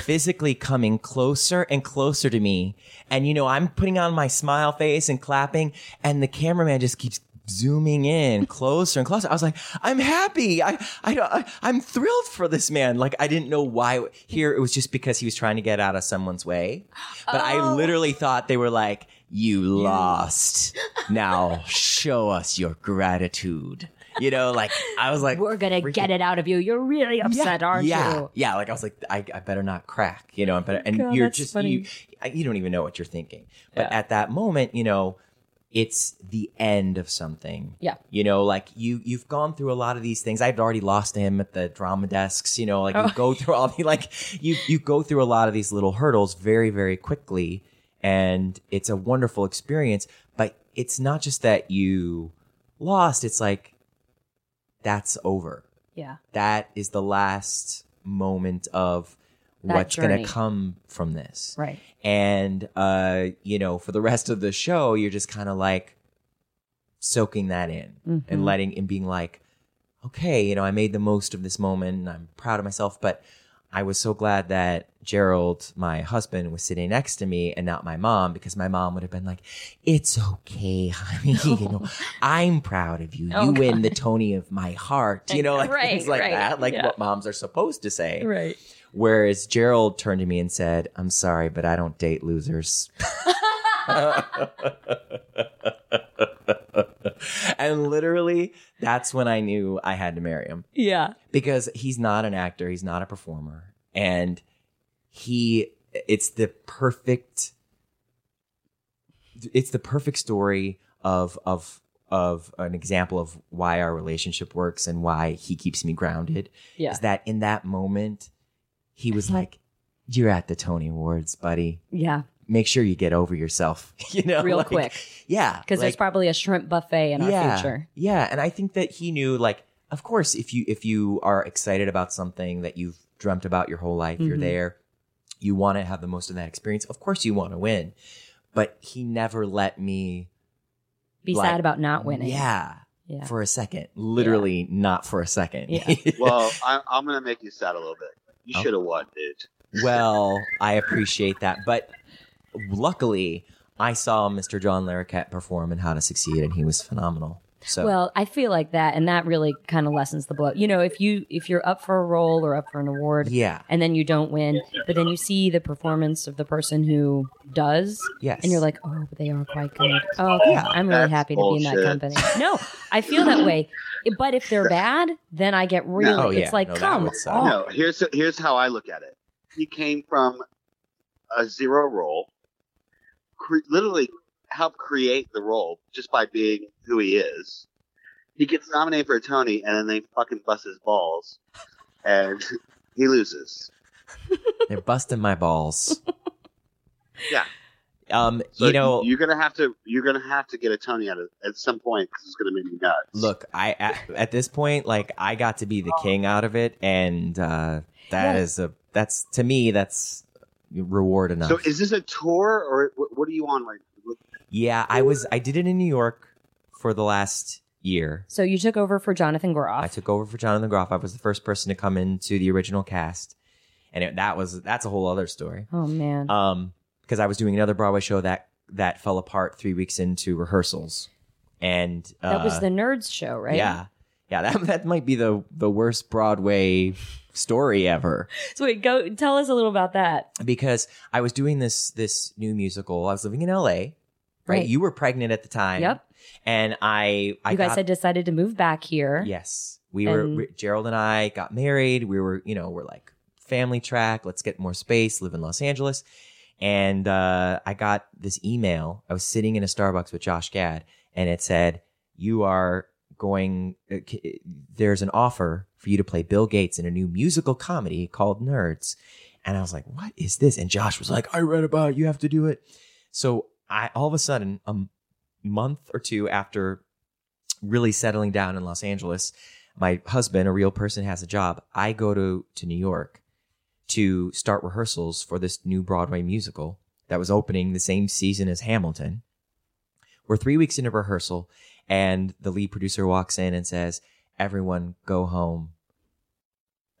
F: physically coming closer and closer to me. And, you know, I'm putting on my smile face and clapping, and the cameraman just keeps zooming in closer and closer. I was like, I'm happy. I, I, don't- I I'm thrilled for this man. Like, I didn't know why here. It was just because he was trying to get out of someone's way. But
C: Oh.
F: I literally thought they were like, you lost.
C: (laughs)
F: Now show us your gratitude. You know, like I was like,
C: We're gonna
F: freaking-
C: get it out of you. You're really upset, aren't
F: yeah,
C: you?
F: Yeah, like I was like, I, I better not crack, you know. I better, and
C: God,
F: you're
C: that's
F: just
C: funny.
F: you, I- you don't even know what you're thinking. But at that moment, you know, it's the end of something.
C: Yeah.
F: you know, like you you've gone through a lot of these things. I'd already lost him at the drama desks. You know, like
C: Oh.
F: you go through all the like you you go through a lot of these little hurdles very very quickly, and it's a wonderful experience. But it's not just that you lost; it's like that's over
C: Yeah.
F: that is the last moment of
C: That
F: what's going
C: journey.
F: to come from this.
C: Right.
F: And, uh, you know, for the rest of the show, you're just kind of like soaking that in
C: Mm-hmm.
F: and letting and being like, okay, you know, I made the most of this moment and I'm proud of myself. But I was so glad that Gerald, my husband, was sitting next to me and not my mom because my mom would have been like, it's okay, (laughs) honey.
C: (laughs)
F: You know, I'm proud of you.
C: Oh,
F: you win the Tony of my heart.
C: (laughs)
F: You know, like
C: Right,
F: things like
C: right,
F: that, like
C: yeah.
F: what moms are supposed to say.
C: Right.
F: Whereas Gerald turned to me and said, I'm sorry, but I don't date losers. (laughs) and literally, that's when I knew I had to marry him
C: Yeah.
F: because he's not an actor, he's not a performer, and he it's the perfect it's the perfect story of of of an example of why our relationship works and why he keeps me grounded
C: Yeah.
F: is that in that moment he was like you're at the Tony Awards buddy
C: Yeah.
F: make sure you get over yourself (laughs) you know
C: Real
F: like-
C: quick.
F: yeah
C: Because there's
F: like-
C: probably a shrimp buffet in our future.
F: yeah, and I think that he knew like of course if you if you are excited about something that you've dreamt about your whole life, you're
C: Mhm.
F: there, you want to have the most of that experience. Of course you want to win. But he never let me
C: Be
F: Like,
C: sad about not winning.
F: Yeah.
C: Yeah.
F: For a second. Literally not for a second.
C: Yeah.
E: Well, I, I'm gonna make you sad a little bit. You
F: Oh.
E: should have won, dude.
F: (laughs) Well, I appreciate that, but luckily I saw Mr. John Larroquette perform in How to Succeed and he was phenomenal. So
C: Well, I feel like that, and that really kind of lessens the blow. You know, if you if you're up for a role or up for an award,
F: yeah.
C: and then you don't win, but then you see the performance of the person who does,
F: Yes.
C: and you're like, oh, but they are quite good. Oh, okay,
F: Yeah.
C: I'm really
E: That's
C: happy to be in that company.
E: bullshit.
C: No, I feel that way. But if they're bad, then I get really.
E: No.
F: Oh, yeah.
C: It's like,
F: No, that
C: come
F: would suck.
C: on.
E: No, here's here's how I look at it. He came from a zero role, cre- literally helped create the role just by being who he is. He gets nominated for a Tony, and then they fucking bust his balls, and he loses.
F: They're busting my balls.
E: (laughs) Yeah.
F: Um,
E: So
F: you know,
E: you're gonna have to you're gonna have to get a Tony at, it at some point because it's gonna make me nuts.
F: look, I at, at this point, like, I got to be the king out of it, and uh, that
C: Yeah.
F: is a that's to me that's reward enough.
E: So is this a tour or what, what are you on right? now?
F: yeah, I was I did it in New York for the last year.
C: So you took over for Jonathan Goroff.
F: I took over for Jonathan Groff. I was the first person to come into the original cast, and it, that was that's a whole other story.
C: oh man.
F: um because I was doing another Broadway show that that fell apart three weeks into rehearsals, and uh,
C: that was the Nerds show, right?
F: yeah yeah that (laughs) that might be the the worst Broadway story ever
C: (laughs) So wait, go tell us a little about that.
F: because I was doing this this new musical. I was living in L.A. Right,
C: Right.
F: you were pregnant at the time.
C: Yep.
F: and I I
C: you guys
F: got-
C: had decided to move back here.
F: Yes. We were,
C: And-
F: we- Gerald and I got married. We were, you know, we're like family track. Let's get more space, live in Los Angeles. And uh, I got this email. I was sitting in a Starbucks with Josh Gad, and it said, You are going, uh, c- there's an offer for you to play Bill Gates in a new musical comedy called Nerds. And I was like, What is this? And Josh was like, I read about it. You have to do it. So I, all of a sudden, a m- month or two after really settling down in Los Angeles. My husband, a real person, has a job. I go to, to New York to start rehearsals for this new Broadway musical that was opening the same season as Hamilton. We're three weeks into rehearsal, and the lead producer walks in and says, Everyone go home.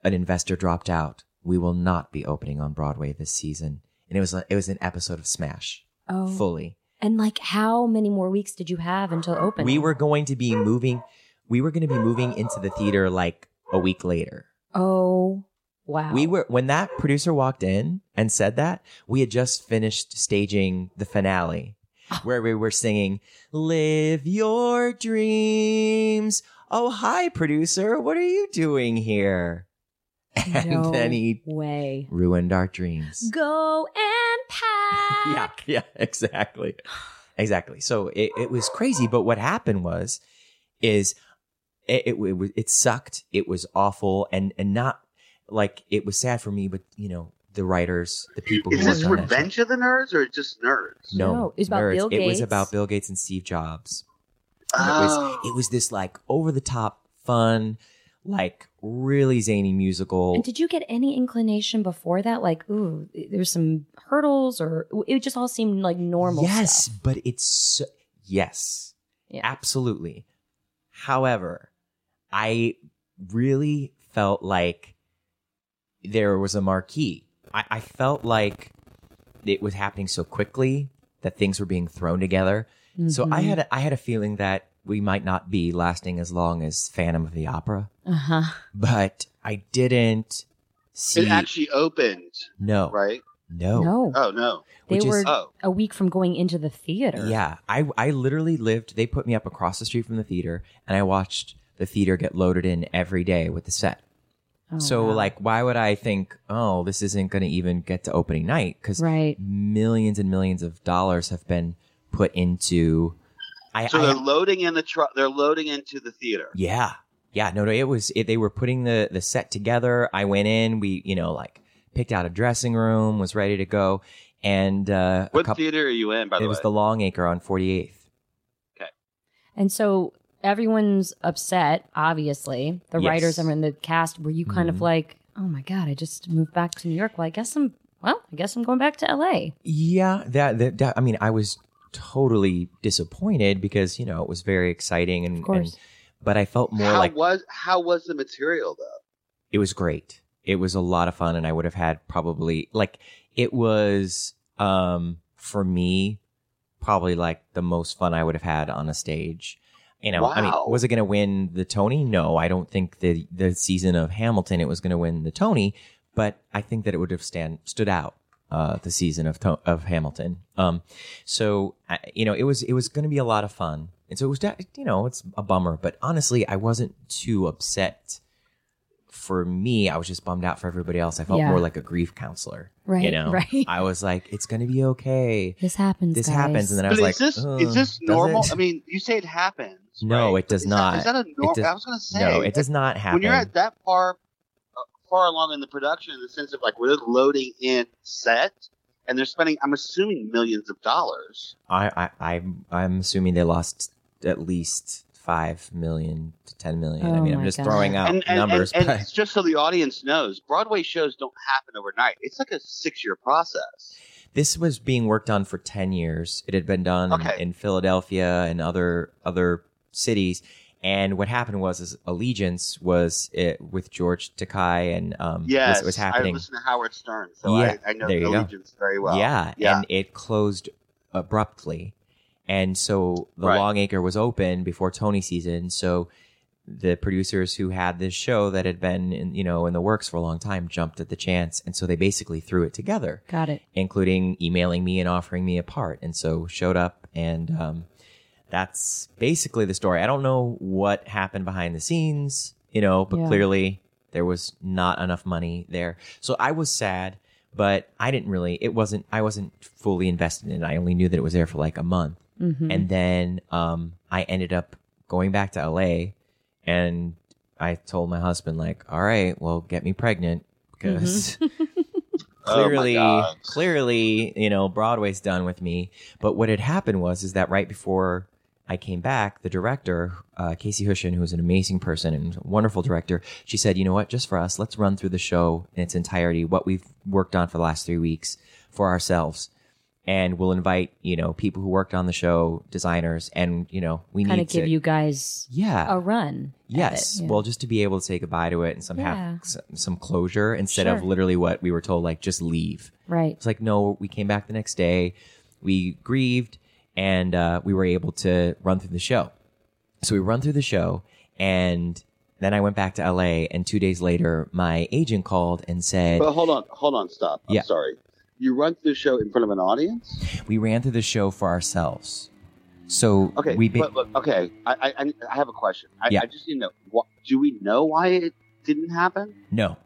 F: An investor dropped out. we will not be opening on Broadway this season. And it was like, it was an episode of Smash
C: Oh.
F: fully.
C: And like, how many more weeks did you have until opening?
F: We were going to be moving. We were going to be moving into the theater like a week later.
C: Oh, wow.
F: We were when that producer walked in and said that we had just finished staging the finale, where we were singing "Live Your Dreams." Oh, hi, producer. What are you doing here? And (laughs)
C: No
F: then he
C: way.
F: ruined our dreams.
C: Go and pack.
F: yeah, yeah, (laughs) exactly, exactly. So it, it was crazy, but what happened was, is it, it it was- it sucked. It was awful, and and not like it was sad for me, but you know the writers, the people.
E: Is
F: who
E: this
F: worked on that show-
E: Revenge of the Nerds or just Nerds?
F: No,
C: No, it was about
F: nerds.
C: Bill
F: It
C: Gates.
F: was about Bill Gates and Steve Jobs. And it
E: Oh,
F: was it was this like over the top fun, like really zany musical.
C: And did you get any inclination before that? Like, ooh, there's some hurdles, or it just all seemed like normal.
F: Yes,
C: stuff.
F: but it's so, yes,
C: Yeah.
F: absolutely. However, I really felt like there was a marquee. I, I felt like it was happening so quickly that things were being thrown together. So
C: Mm-hmm.
F: I had a, I had a feeling that we might not be lasting as long as Phantom of the Opera,
C: Uh huh.
F: but I didn't see.
E: it actually opened,
F: no,
E: right?
F: no,
C: No,
E: Oh no.
C: they
F: which is-
C: were
E: Oh,
C: a week from going into the theater.
F: Yeah, I I literally lived. They put me up across the street from the theater, and I watched the theater get loaded in every day with the set.
C: Oh,
F: so
C: wow.
F: like, why would I think, oh, this isn't going to even get to opening night? Because
C: right.
F: millions and millions of dollars have been put into. I,
E: so
F: I-
E: they're loading in the truck. They're loading into the theater.
F: yeah. Yeah. No, no, it was, it, they were putting the, the set together. I went in, we, you know, like picked out a dressing room, was ready to go. And, uh, a
E: What
F: couple,
E: theater are you in, by the way?
F: it was the Long Acre on 48th.
C: And so everyone's upset, obviously. The
F: Yes.
C: writers, I mean, the cast, were you kind
F: Mhm.
C: of like, oh my God, I just moved back to New York. Well, I guess I'm, well, I guess I'm going back to LA.
F: Yeah, that, that, that- I mean, I was totally disappointed because, you know, it was very exciting and,
C: Of course.
F: and- but I felt more
E: how
F: like
E: was how was the material though?
F: it was great. It was a lot of fun and I would have had probably like it was um for me probably like the most fun I would have had on a stage. You know, I mean,
E: Wow.
F: was it going to win the Tony? No, I don't think the the season of Hamilton it was going to win the Tony, but I think that it would have stand stood out uh, the season of to- of Hamilton. Um, so I, you know, it was it was going to be a lot of fun, and so it was de- you know it's a bummer, but honestly, I wasn't too upset. For me, I was just bummed out for everybody else. I felt
C: Yeah.
F: more like a grief counselor, You
C: Right, (laughs)
F: know,
C: right.
F: I was like, it's going to be okay.
C: This happens.
F: This happens, and then I
E: But
F: was
E: is
F: like,
E: this
F: "Ugh,
E: is this
F: does (laughs)
E: normal?
F: it?"
E: I mean, you say it happens.
F: No,
E: right?
F: it does
E: Is that- Is
F: not.
E: that a normal?
F: does-
E: I was gonna say
F: no, it does not happen.
E: When you're at that far, uh, far along in the production, in the sense of like we're loading in set, and they're spending, I'm assuming, millions of dollars.
F: I, I, I'm, I'm assuming they lost at least five million to ten million. I
C: Oh
F: mean, I'm
C: my
F: just
C: God.
F: throwing out
E: and, and,
F: numbers.
E: and, and
F: but-
E: just so the audience knows, Broadway shows don't happen overnight. It's like a six year process.
F: this was being worked on for 10 years it had been done
E: Okay.
F: in philadelphia and other other cities and what happened was is allegiance was it, with george takai and um
E: Yes,
F: this was
E: I
F: happening
E: listen to Howard Stern, so
F: Yeah,
E: I, I know
F: there you go.
E: allegiance very well.
F: yeah,
E: yeah.
F: and it closed abruptly and so the
E: Right.
F: long acre was open before tony season so the producers who had this show that had been in, you know in the works for a long time jumped at the chance and so they basically threw it together
C: Got it.
F: including emailing me and offering me a part. And so showed up, and um, that's basically the story. I don't know what happened behind the scenes, you know, but
C: Yeah.
F: clearly there was not enough money there. So I was sad, but I didn't really. It wasn't. I wasn't fully invested in it. I only knew that it was there for like a month,
C: Mm-hmm.
F: and then um, I ended up going back to LA, and I told my husband like, "All right, well, get me pregnant." Because (laughs)
E: (laughs) Oh my
F: clearly
E: God.
F: clearly you know broadway's done with me but what had happened was is that right before i came back the director uh, casey hushin who's an amazing person and a wonderful director she said you know what just for us let's run through the show in its entirety what we've worked on for the last three weeks for ourselves and we'll invite you know people who worked on the show, designers, and you know we
C: Kind
F: need
C: of give
F: to
C: you guys
F: yeah
C: a run. at
F: Yes.
C: it, yeah.
F: Well, just to be able to say goodbye to it and some
C: Yeah.
F: have some, some closure instead of
C: Sure.
F: literally what we were told, like just leave.
C: right.
F: It's like no, we came back the next day, we grieved, and uh, we were able to run through the show. So we run through the show, and then I went back to LA. And two days later, my agent called and said
E: But hold on, hold on, stop. I'm
F: Yeah.
E: sorry. You run through the show in front of an audience.
F: we ran through the show for ourselves. So
E: Okay,
F: we ba-
E: but look, okay. I, I I have a question. I,
F: Yeah.
E: I just need to know. What, do we know why it didn't happen?
F: No.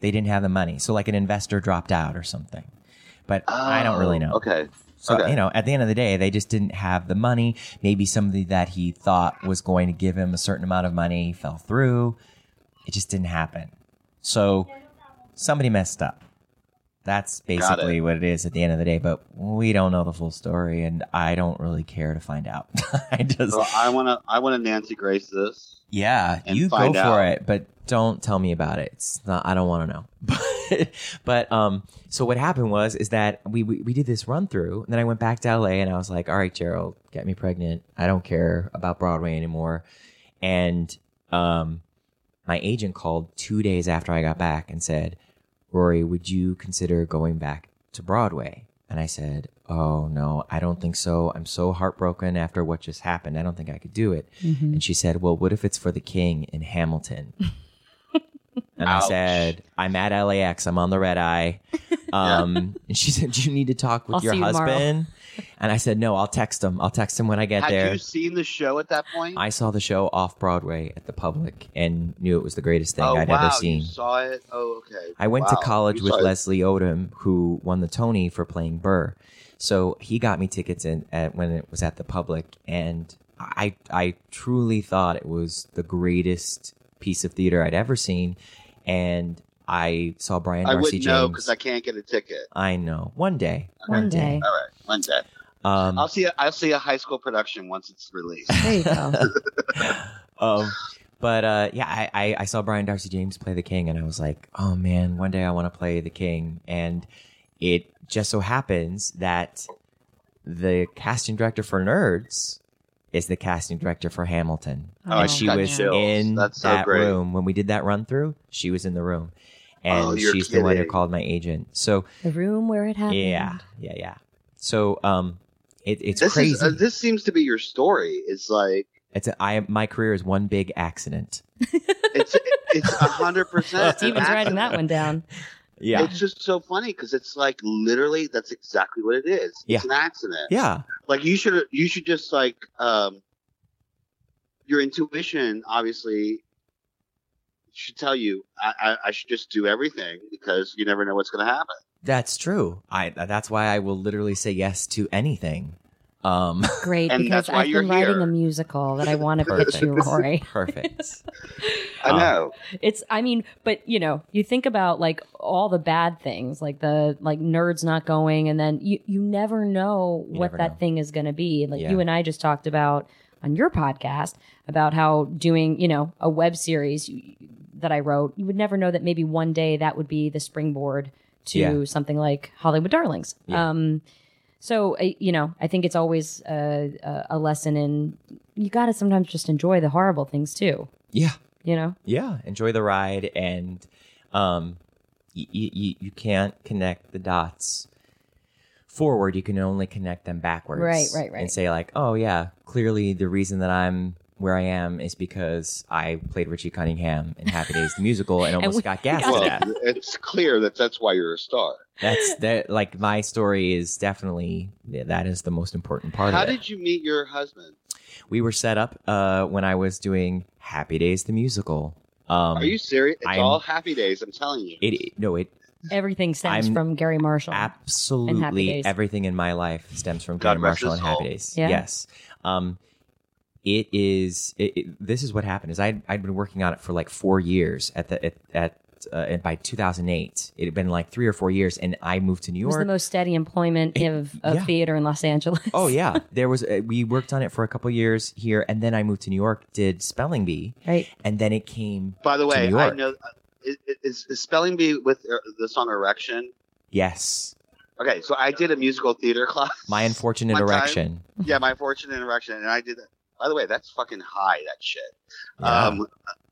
F: They didn't have the money. So like an investor dropped out or something. But I don't really
E: Oh,
F: know.
E: Okay,
F: So
E: okay.
F: you know, at the end of the day, they just didn't have the money. Maybe somebody that he thought was going to give him a certain amount of money fell through. It just didn't happen. So somebody messed up. That's basically what it is at the end of the day, but we don't know the full story and I don't really care to find out. (laughs) I just
E: Well, I wanna I wanna Nancy Grace this.
F: yeah,
E: and
F: you go
E: find
F: for
E: out.
F: it, but don't tell me about it. It's not. I don't want to know. (laughs) But, but um, so what happened was is that we, we we did this run through, and then I went back to LA, and I was like, all right, Gerald, get me pregnant. I don't care about Broadway anymore. And um, my agent called two days after I got back and said, Rory, would you consider going back to Broadway? And I said, Oh no, I don't think so. I'm so heartbroken after what just happened. I don't think I could do it.
C: Mm-hmm.
F: And she said, Well, what if it's for the king
C: (laughs)
F: in Hamilton? and I
E: Ouch.
F: said, I'm at LAX. I'm on the red
E: (laughs)
F: eye. Um, and she said, Do you need to talk with
C: I'll
F: your
C: see you tomorrow.
F: husband? and I said, No, I'll text him. I'll text him when I get
E: Had
F: there.
E: you seen the show at that point?
F: I saw the show off Broadway at the public and knew it was the greatest thing
E: oh
F: I'd
E: wow,
F: ever seen.
E: you saw it. Oh okay.
F: I went to
E: Wow,
F: college
E: you
F: with
E: saw it.
F: Leslie Odom, who won the Tony for playing Burr. So he got me tickets in at, when it was at the public, and I I truly thought it was the greatest piece of theater I'd ever seen. And I saw Brian
E: I
F: Darcy
E: wouldn't know
F: James.
E: because I can't get a ticket.
F: I know one day,
C: One day.
E: All right, one day.
F: Um,
E: I'll see. A, I'll see a high school production once it's released.
A: There you
F: (laughs) Oh,
A: go.
F: um, but uh, yeah, I, I, I saw Brian Darcy James play the king, and I was like, oh man, one day I want to play the king. And it just so happens that the casting director for Nerds is the casting director for Hamilton.
E: Oh, I
F: and she
E: got
F: was
E: chills.
F: in
E: That's so
F: that
E: great.
F: room when we did that run through. She was in the room, and
E: Oh, you're
F: she's the one who
E: kidding.
F: called my agent. So
C: The room where it happened. (laughs)
F: yeah, yeah, yeah. So um, it, it's
E: this
F: crazy.
E: is uh, this seems to be your story. It's like
F: it's a, I my career is one big accident.
E: it's it's
C: (laughs)
E: a hundred percent.
C: Steven's writing that one down.
F: Yeah.
E: It's just so funny because it's like literally that's exactly what it is.
F: Yeah.
E: It's an accident.
F: yeah.
E: Like you should you should just like um your intuition obviously should tell you I, I, I should just do everything because you never know what's gonna happen.
F: That's true. I that's why I will literally say yes to anything.
E: (laughs)
F: Um
C: Great,
E: And
C: because
E: that's why
C: I've
E: you're
C: been writing
E: here.
C: a musical that I want
E: (laughs)
C: to pitch you, Corey.
F: perfect.
E: I
F: Oh.
E: know.
C: It's, I mean, but you know, you think about like all the bad things, like the like nerds not going, and then you you never know
F: You
C: what
F: never
C: that
F: know.
C: thing is going to be. Like
F: Yeah.
C: you and I just talked about on your podcast about how doing you know a web series you- that I wrote, you would never know that maybe one day that would be the springboard to
F: Yeah.
C: something like Hollywood Darlings.
F: Yeah.
C: Um, so I- you know, I think it's always uh, a, a lesson in you got to sometimes just enjoy the horrible things too.
F: yeah.
C: You know.
F: Yeah, enjoy the ride and um y- y- y- you can't connect the dots forward, you can only connect them backwards.
C: Right, right, right.
F: And say like, "Oh yeah, clearly the reason that I'm where I am is because I played Richie Cunningham in Happy Days the
C: (laughs)
F: musical and almost
C: we-
F: got gassed to
E: Well,
F: death."
E: it's clear that that's why you're a star.
F: That's that like my story is definitely that is the most important part
E: How
F: of it.
E: did you meet your husband?
F: we were set up uh, when I was doing Happy Days the musical. Um,
E: Are you serious? It's
F: I'm-
E: all happy days. I'm telling you.
F: It no, it
C: Everything stems
F: I'm
C: from Gary Marshall.
F: absolutely
C: Days.
F: everything in my life stems from
E: God
F: Gary
E: rest
F: Marshall
E: his
F: and Happy
E: soul.
F: Days.
C: Yeah.
F: Yes. Um, it is. It, it, this is what happened. Is I I'd been working on it for like four years at the at, at uh, and by 2008 it had been like three or four years, and I moved to
C: it
F: New
C: was
F: York.
C: the most steady employment of, of
F: yeah.
C: theater in Los Angeles.
F: Oh yeah, there was. Uh, we worked on it for a couple years here, and then I moved to New York, did spelling bee,
C: (laughs) right.
F: and then it came.
E: By the
F: to
E: way,
F: New
E: I
F: York.
E: uh, know. Is, is, is spelling bee with uh, the song Erection?
F: Yes,
E: Okay, so I did a musical theater (laughs) class.
F: My unfortunate
E: One time.
F: erection.
E: yeah, my fortunate erection, and I did that. By the way, that's fucking high. That shit.
F: Yeah.
E: Um,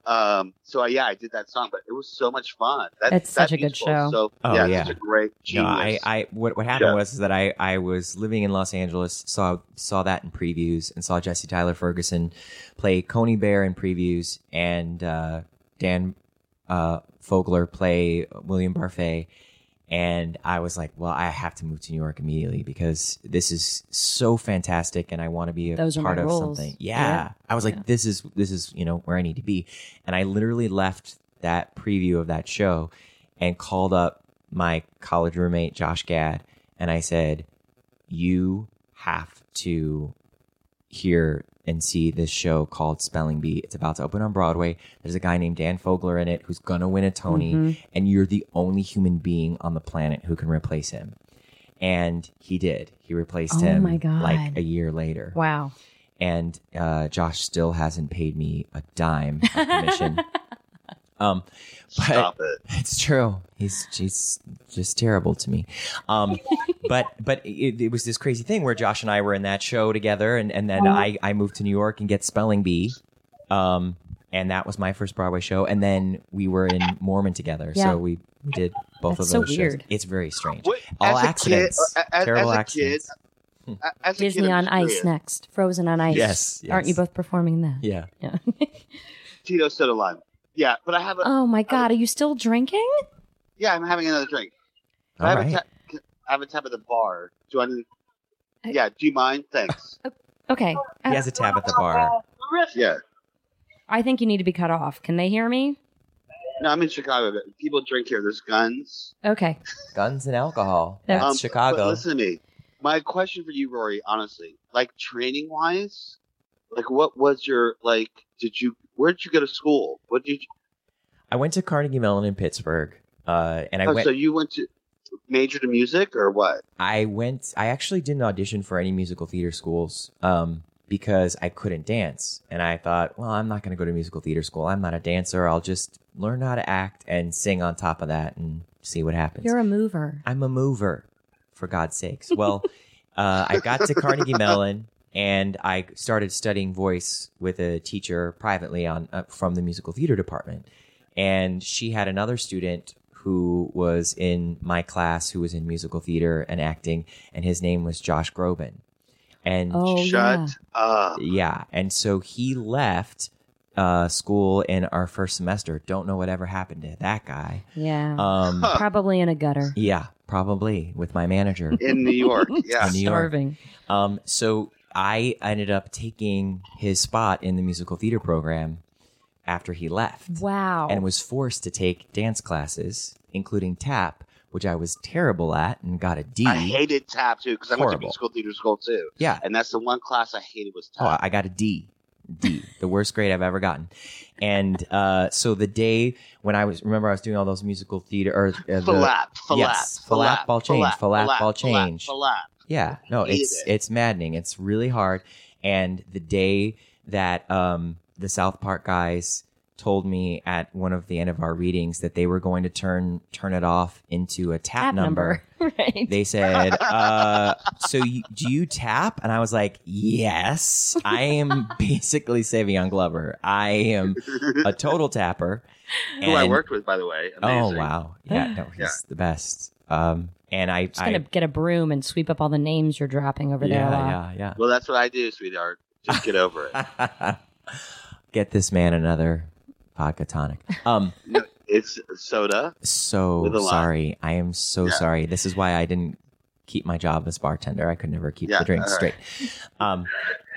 E: um. So I, yeah, I did that song, but it was so much fun. That,
C: That's
E: that
C: such a good
E: musical is
C: show.
E: So
F: Oh,
E: yeah,
F: yeah.
E: such a great
F: no,
E: genius.
F: I, I what, what happened
E: Yeah.
F: was is that I, I was living in Los Angeles, saw saw that in previews, and saw Jesse Tyler Ferguson play Coney Bear in previews, and uh, Dan uh, Fogler play William Barfay, and I was like, well, I have to move to New York immediately because this is so fantastic, and I want to be a
C: Those are my
F: part of
C: roles.
F: something.
C: Yeah.
F: Yeah. I was like, this is this is you know where I need to be, and I literally left that preview of that show and called up my college roommate Josh Gad, and I said, you have to hear and see this show called Spelling Bee. It's about to open on Broadway. There's a guy named Dan Fogler in it who's gonna win a Tony,
C: Mhm.
F: and you're the only human being on the planet who can replace him. And he did. He replaced
C: Oh
F: him
C: my God.
F: like a year later.
C: Wow.
F: And uh, Josh still hasn't paid me a dime of
C: (laughs)
F: commission. um, but
E: Stop it.
F: (laughs) it's true. He's he's just terrible to me.
C: (laughs)
F: Um, but but it, it was this crazy thing where Josh and I were in that show together, and and
C: Uh-huh.
F: then I I moved to New York and get Spelling Bee, um, and that was my first Broadway show, and then we were in Mormon together,
C: Yeah.
F: so we did both
C: That's so
F: of those
C: weird.
F: shows. It's very strange.
E: What-
F: All
E: as a
F: accidents,
E: kid, as,
F: terrible
E: as a
F: accidents.
E: Kid, a- as a kid,
C: Disney
E: I'm
C: on
E: just
C: Ice
E: curious.
C: next. Frozen on Ice.
F: Yes, yes.
C: Aren't you both performing that?
F: Yeah,
C: Yeah.
E: Tito soda lime. Yeah, but I have a
C: oh my God. Are you still drinking?
E: yeah. I'm having another drink.
F: all
E: I have
F: right.
E: a tap. I have a tap at the bar. Do I need?
C: I-
E: Yeah. Do you mind?
C: (laughs)
E: Thanks.
C: Okay.
F: he has a tab at the bar.
E: yeah.
C: I think you need to be cut off. Can they hear me?
E: No, I'm in Chicago. But people drink here. There's guns.
C: Okay.
F: Guns and alcohol.
C: Yeah.
F: That's
E: Um, But
F: Chicago.
E: listen to me. My question for you, Rory, honestly, like training wise, like what was your like? Did you where did you go to school? What did you?
F: I went to Carnegie Mellon in Pittsburgh, uh, and I
E: oh,
F: went.
E: so you went to majored in music or what?
F: I went. I actually didn't audition for any musical theater schools um, because I couldn't dance, and I thought, well, I'm not going to go to musical theater school. I'm not a dancer. I'll just learn how to act and sing on top of that and see what happens.
C: You're a mover.
F: I'm a mover, for God's sakes. Well, uh, I got to Carnegie Mellon and I started studying voice with a teacher privately on uh, from the musical theater department. And she had another student who was in my class who was in musical theater and acting, and his name was Josh Groban. And
C: Oh, yeah.
E: Shut up.
F: yeah. And so he left uh, school in our first semester. Don't know what ever happened to that guy.
A: Mm.
C: Yeah.
F: Um,
E: Huh.
C: Probably in a gutter.
F: yeah, probably with my manager.
E: In New
F: (laughs)
E: York. Yeah.
F: In New York.
C: Starving.
F: Um, so I ended up taking his spot in the musical theater program after he left
C: Wow.
F: and was forced to take dance classes, including tap, which I was terrible at and got a D.
E: I hated tap too because I went to
F: Horrible.
E: musical theater school too,
F: yeah.
E: and that's the one class I hated was
F: Oh,
E: tap.
F: I got a D. D, the worst grade I've ever gotten. And uh, so the day when I was, remember, I was doing all those musical theater or uh,
E: (laughs)
F: the-
E: Flap, flap,
F: Yes, flap, ball change, flap, ball change.
E: flap.
F: Yeah, no,
E: Hate
F: it's
E: it.
F: it's maddening. It's really hard. And the day that um, the South Park guys told me at one of the end of our readings that they were going to turn turn it off into a tap,
C: Tap number. (laughs) right. (laughs)
F: They said, uh, "So you, do you tap?" And I was like, "Yes, I
C: (laughs)
F: am basically Savion Glover. I am a total tapper."
E: (laughs) Who I
F: And-
E: worked with, by the way.
F: Oh
E: Amazing.
F: wow, yeah, no, he's
E: Yeah.
F: the best. Um, and I,
C: just gonna get a broom and sweep up all the names you're dropping over
F: I
C: there. a lot.
F: yeah, yeah, yeah.
E: Well, that's what I do, sweetheart. Just get over (laughs) it.
F: (laughs) Get this man another vodka tonic. Um,
E: It's soda. With a
F: so
E: lime.
F: sorry. I am so
E: Yeah.
F: sorry. This is why I didn't keep my job as bartender. I could never keep
E: Yeah,
F: the drinks
E: all
F: straight.
E: right.
F: Um,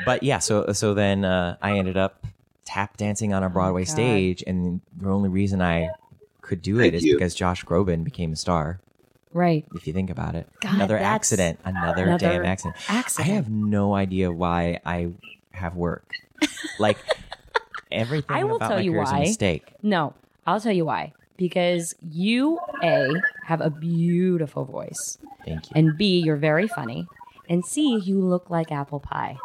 F: but yeah, so so then uh, I ended up tap dancing on a Broadway
C: Oh God.
F: stage, and the only reason I could do it is
E: Thank you.
F: because Josh Groban became a star.
C: Right.
F: If you think about it,
C: God,
F: another
C: that's
F: accident, another,
C: another
F: damn accident. I
C: Accident.
F: have no idea why I have work.
A: (laughs)
F: Like everything
C: I will
F: about
C: tell
F: my
C: you
F: career is a
C: why.
F: mistake.
C: No, I'll tell you why. Because you a have a beautiful voice,
F: Thank you.
E: (laughs)
C: and b you're very funny, and c you look like apple pie.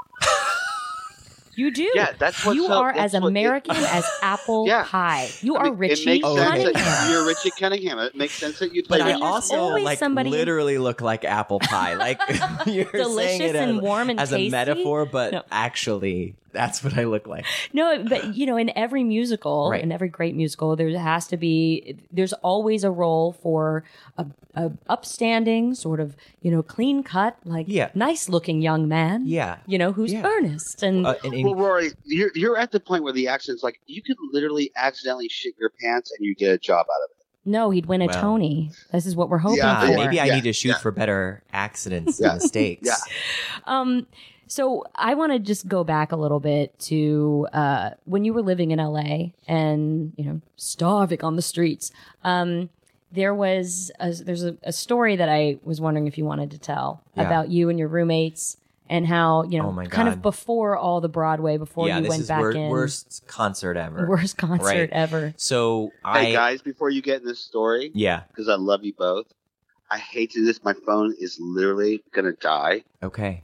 A: You do.
E: Yeah, that's what's
A: you
E: so-
A: are
E: that's
A: as
E: what- (laughs)
A: American as apple
E: Yeah.
A: pie. You
E: I
A: are
E: mean,
A: Richie
E: It makes sense that
A: Cunningham.
E: you're Richie Cunningham. It makes sense that you play
F: But I
E: Richie. (laughs)
F: also
G: always
F: like
G: somebody-
F: literally look like apple pie, like (laughs) you're saying
A: Delicious
F: it
A: and
F: as,
A: warm and
F: as
A: tasty?
F: a metaphor, but
A: No.
F: actually, that's what I look like.
A: No, but you know, in every musical,
F: Right.
A: in every great musical, there has to be. There's always a role for a, a upstanding, sort of you know, clean cut, like
F: Yeah.
A: nice looking young man.
F: Yeah.
A: you know, who's
F: Yeah.
A: earnest and
F: Uh, and, and-
E: Well, Rory, you're, you're at the point where the accident's like you could literally accidentally shit your pants and you get a job out of it.
A: no, he'd win a
F: Well.
A: Tony. This is what we're hoping
E: Yeah,
F: Ah,
A: for.
F: maybe I
E: Yeah,
F: need to shoot
E: yeah.
F: for better accidents
E: Yeah.
F: and (laughs) mistakes.
E: Yeah.
A: Um, so I want to just go back a little bit to uh, when you were living in LA and you know starving on the streets. Um, there was a, there's a, a story that I was wondering if you wanted to tell
F: Yeah.
A: about you and your roommates and how you know
F: Oh my
A: kind of
F: God.
A: before all the Broadway before
F: yeah,
A: you
F: this
A: went
F: is
A: back
F: wor-
A: in
F: worst concert ever.
A: worst concert
F: Right.
A: ever.
F: So
E: Hey
F: I,
E: guys, before you get in this story,
F: yeah,
E: because I love you both. I hate to do this. My phone is literally gonna die,
F: okay,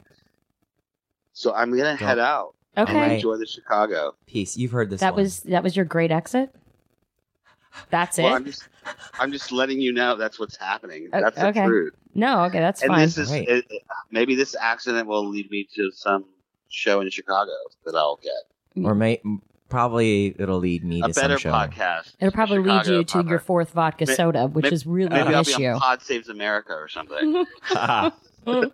E: so I'm gonna head out
A: Okay,
E: and
F: Alright.
E: enjoy the Chicago.
F: peace. You've heard this.
A: that
F: one.
A: was that was your great exit. That's it.
E: Well, I'm just, I'm just letting you know that's what's happening.
A: O-
E: That's the
A: okay.
E: truth.
A: no, okay, that's
E: and
A: fine.
E: this is
F: Right.
E: it, it- maybe this accident will lead me to some show in Chicago that I'll get
F: or may, probably it'll lead me
E: a
F: to
E: better
F: some show.
E: podcast.
A: It'll probably lead
E: Chicago
A: you to your
E: proper.
A: fourth vodka
E: May-
A: soda, which
E: may-
A: is really
E: Maybe
A: an
E: I'll be
A: issue.
E: on Pod Saves America or something.
F: (laughs)
E: (laughs)
F: Ah,
E: All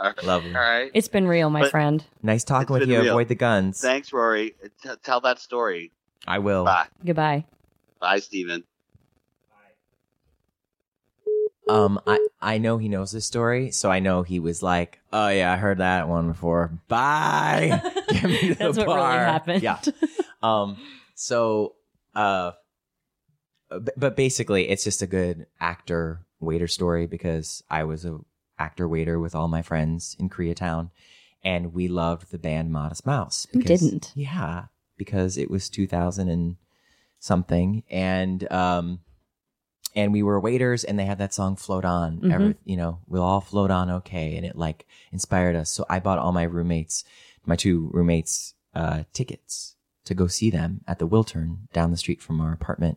E: right.
F: Lovely.
E: All right.
A: It's been real, my
E: But-
A: friend.
F: Nice talking
E: It's
F: with
E: been
F: you.
E: real.
F: Avoid the guns.
E: Thanks, Rory. T- tell that story.
F: I will.
E: Bye.
F: (laughs)
A: Goodbye.
E: Bye, Steven.
F: Um, I I know he knows this story, so I know he was like, "Oh yeah, I heard that one before."
A: (laughs)
F: Bye.
E: (laughs)
F: Get me to the
A: That's what really
F: bar.
A: happened.
F: Yeah. Um. So, uh, b- but basically, it's just a good actor waiter story because I was a actor waiter with all my friends in Koreatown, and we loved the band Modest Mouse.
A: Who
F: because-
A: didn't?
F: Yeah, because it was two thousand and something, and um, and we were waiters, and they had that song "Float On."
A: Mhm.
F: Every, you know, we'll all float on, okay, and it like inspired us. So I bought all my roommates, my two roommates, uh, tickets to go see them at the Wiltern down the street from our apartment.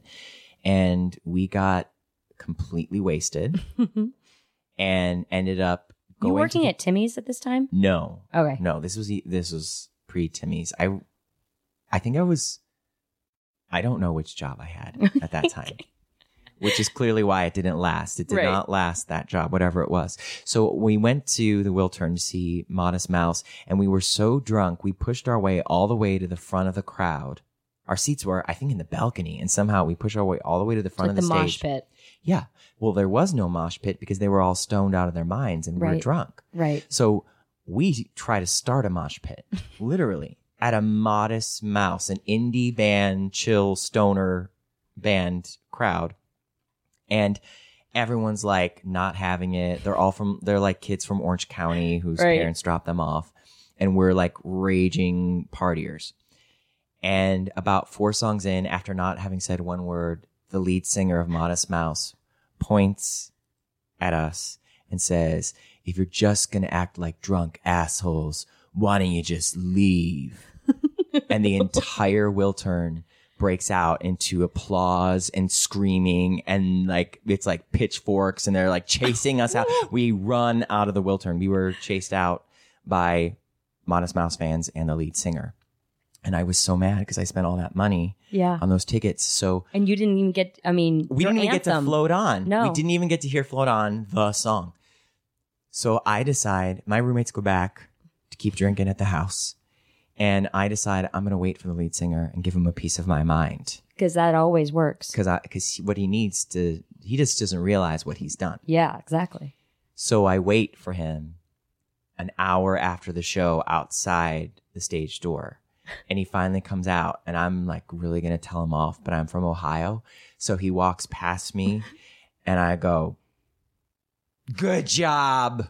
F: And we got
A: (laughs)
F: completely wasted
A: (laughs) you
F: and ended up going.
A: working
F: to the-
A: at Timmy's at this time?
F: No,
A: Okay.
F: no. This was e, this was pre Timmy's. I, I think I was. I don't know which job
A: (laughs)
F: I had at that time, which is clearly why it didn't last. It did
A: Right.
F: not last that job, whatever it was. So we went to the Wiltern to see Modest Mouse, and we were so drunk we pushed our way all the way to the front of the crowd. Our seats were, I think, in the balcony, and somehow we pushed our way all the way to the
A: It's like
F: front
A: the,
F: of the,
A: mosh
F: stage.
A: pit.
F: Yeah. Well, there was no mosh pit because they were all stoned out of their minds and we
A: Right.
F: were drunk.
A: Right.
F: So we try to start a mosh pit, literally, at a modest mouse, an indie band, chill stoner band crowd. And everyone's like not having it. They're all from they're like kids from Orange County whose
A: Right.
F: parents dropped them off. And we're like raging partiers. And about four songs in, after not having said one word, the lead singer of Modest Mouse points at us and says, If you're just going to act like drunk assholes, why don't you just leave? and the entire Wiltern breaks out into applause and screaming and like it's like pitchforks and they're like chasing
A: (laughs)
F: us out. We run out of the Wiltern. We were chased out by Modest Mouse fans and the lead singer. And I was so mad because I spent all that money
A: Yeah.
F: on those tickets. So
A: And you didn't even get, I mean,
F: Uh, we
A: your
F: didn't even get to
A: anthem.
F: float on.
A: No.
F: We didn't even get to hear float on the song. So I decide my roommates go back to keep drinking at the house. And I decide I'm going to wait for the lead singer and give him a piece of my mind
A: Because that always works.
F: because I because what he needs to he just doesn't realize what he's done.
A: Yeah, exactly.
F: So I wait for him an hour after the show outside the stage door. And he finally comes out, and I'm like really gonna tell him off, but I'm from Ohio. So he walks past me, and I go, Good job.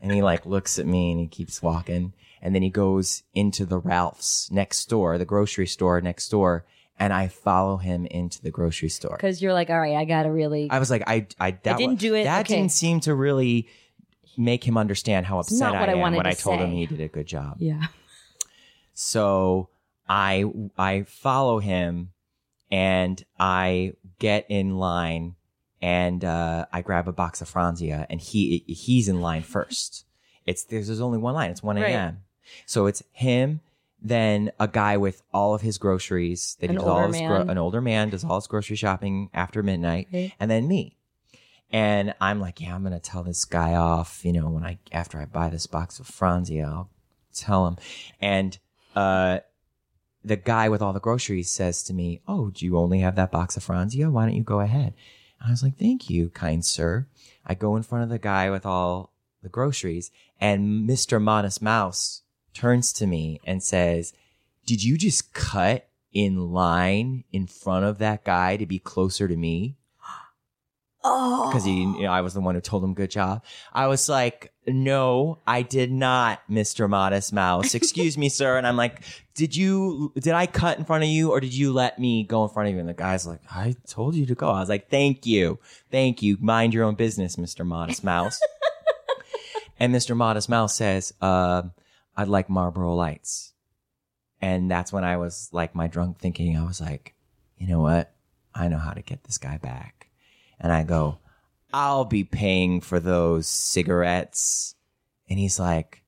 F: and he like looks at me and he keeps walking. And then he goes into the Ralph's next door, the grocery store next door, and I follow him into the grocery store.
A: Because you're like, all right, I got to really.
F: I was like, I, I, that
A: didn't
F: wa-
A: do it.
F: That
A: Okay.
F: didn't seem to really make him understand how upset
A: not what I
F: I am
A: wanted
F: when
A: to
F: I told him
A: say.
F: (laughs) he did a good job.
A: yeah.
F: So I I follow him and I get in line and uh, I grab a box of Franzia and he he's in
A: (laughs)
F: line first. It's there's, there's only one line. It's one
A: Right.
F: a.m. So it's him, then a guy with all of his groceries that
A: An
F: he does all
A: older
F: his
A: man.
F: an older man does all his grocery shopping after midnight,
A: Right.
F: and then me. And I'm like, yeah, I'm gonna tell this guy off. You know, when I after I buy this box of Franzia, I'll tell him. And uh, the guy with all the groceries says to me, "Oh, do you only have that box of Franzia? Why don't you go ahead?" And I was like, "Thank you, kind sir." I go in front of the guy with all the groceries, and Mr. Modest Mouse turns to me and says, "Did you just cut in line in front of that guy to be closer to me?"
H: Oh,
F: because he, you know, I was the one who told him good job. I was like, no, I did not, Mr. Modest Mouse. Excuse me, sir. And I'm like, did you, did I cut in front of you or did you let me go in front of you? And the guy's like, I told you to go. I was like, thank you. Thank you. Mind your own business, Mr. Modest Mouse. and Mr. Modest Mouse says, uh, I'd like Marlboro lights. And that's when I was like, my drunk thinking, I was like, you know what? I know how to get this guy back. And I go, I'll be paying for those cigarettes. And
A: (laughs)
F: he's like,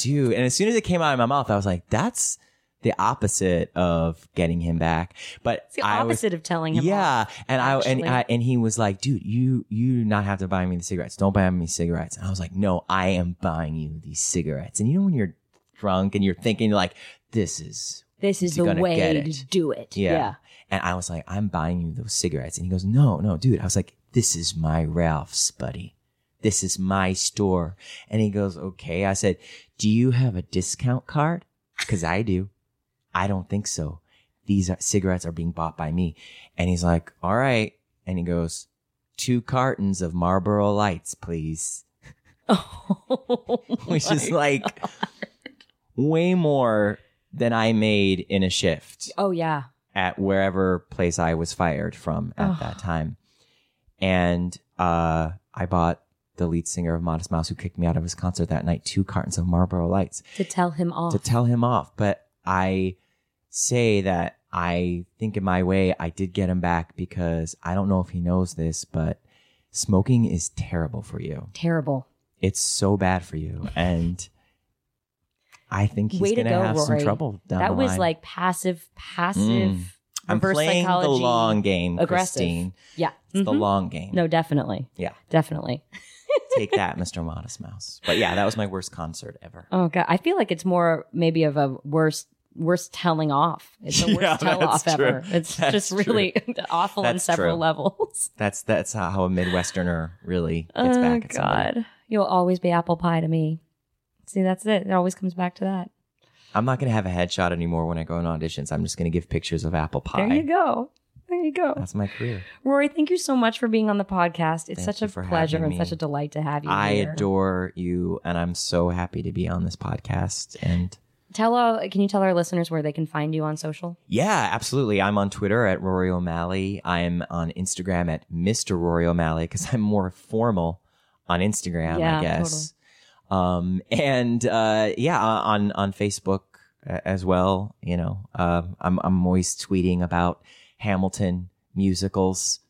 F: dude. And as soon as it came out of my mouth, I was like, that's the opposite of getting him back. But
A: It's the
F: I was
A: opposite of telling him. off.
F: yeah, and I and
A: actually.
F: I, and he was like, "Dude, you you do not have to buy me the cigarettes. Don't buy me cigarettes." And I was like, "No, I am buying you these cigarettes." And you know when you're drunk and you're thinking like, "This is,"
A: This is
F: You're
A: the
F: gonna get
A: way
F: it.
A: to do it.
F: Yeah. and I was like, "I'm buying you those cigarettes." And he goes, "No, no, dude." I was like, "This is my Ralph's, buddy. This is my store." And he goes, "Okay." I said, "Do you have a discount card?" Because I do. I don't think so. These are, cigarettes are being bought by me. And he's like, all right. And he goes, two cartons of Marlboro Lights, please. (laughs)
A: (laughs) Oh,
F: Which
A: my
F: is like way more than I made in a shift
A: Oh yeah.
F: at wherever place I was fired from at
A: Ugh.
F: that time. And uh, I bought the lead singer of Modest Mouse, who kicked me out of his concert that night, two cartons of Marlboro Lights.
A: To tell him off.
F: to tell him off. But I say that I think in my way I did get him back because I don't know if he knows this, but smoking is terrible for you.
A: Terrible.
F: It's so bad
A: (laughs)
F: for you, and I think he's
A: Way to
F: gonna
A: go,
F: have some
A: Rory.
F: trouble down
A: that
F: the
A: was
F: line.
A: like passive, passive.
F: Mm. I'm
A: reverse
F: playing
A: psychology.
F: the long game,
A: aggressive.
F: Christine.
A: Yeah.
F: It's the
A: Mhm.
F: long game.
A: No, definitely.
F: Yeah.
A: Definitely.
F: (laughs) Take that, Mr. Modest Mouse. But yeah, that was my worst concert ever.
A: Oh god, I feel like it's more maybe of a worst worst telling off.
F: (laughs)
A: It's the worst
F: Yeah,
A: tell off
F: that's
A: ever.
F: true.
A: It's
F: That's
A: just really (laughs) awful on
F: That's
A: several
F: true.
A: levels.
F: That's that's how a Midwesterner really gets
A: oh
F: back at somebody.
A: god, you'll always be apple pie to me. See, that's it. It always comes back to that.
F: I'm not gonna have a headshot anymore when I go on auditions. I'm just gonna give pictures of apple pie.
A: There you go. There you go.
F: That's my career.
A: Rory, thank you so much for being on the podcast. It's
F: Thank
A: such
F: you
A: a
F: for
A: pleasure
F: having
A: and
F: me.
A: such a delight to have you.
F: I
A: here.
F: adore you, and I'm so happy to be on this podcast. And
A: Tell uh, can you tell our listeners where they can find you on social?
F: yeah, absolutely. I'm on Twitter at Rory O'Malley. I'm on Instagram at Mr. Rory O'Malley because I'm more formal on Instagram,
A: Yeah,
F: I guess. Um, and uh, yeah, on on Facebook a- as well. You know, um, I'm I'm always tweeting about Hamilton musicals.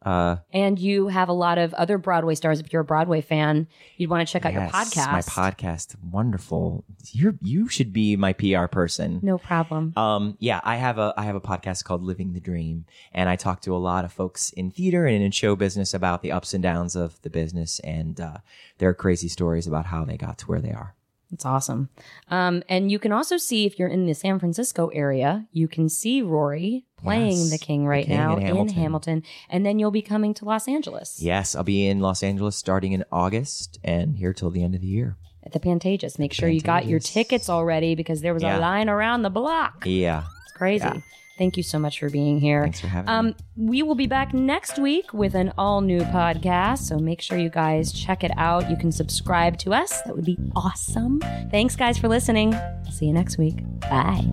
F: Uh,
A: And you have a lot of other Broadway stars. If you're a Broadway fan, you'd want to check out your
F: Yes,
A: podcast.
F: My podcast, wonderful. You you should be my PR person.
A: No problem.
F: Um, yeah, I have a I have a podcast called Living the Dream, and I talk to a lot of folks in theater and in show business about the ups and downs of the business and uh, their crazy stories about how they got to where they are.
A: It's awesome. Um, and you can also see if you're in the San Francisco area, you can see Rory playing
F: Yes,
A: the King right
F: King
A: now
F: in
A: in
F: Hamilton.
A: Hamilton, and then you'll be coming to Los Angeles
F: Yes, I'll be in Los Angeles starting in August and here till the end of the year.
A: at the Pantages. Make sure you got your
F: Pantages.
A: tickets already because there was a
F: Yeah.
A: line around the block.
F: Yeah,
A: It's crazy. Thank you so much for being here.
F: thanks for having me.
A: Um, we will be back next week with an all new podcast. So make sure you guys check it out. You can subscribe to us. That would be awesome. Thanks, guys, for listening. See you next week. Bye.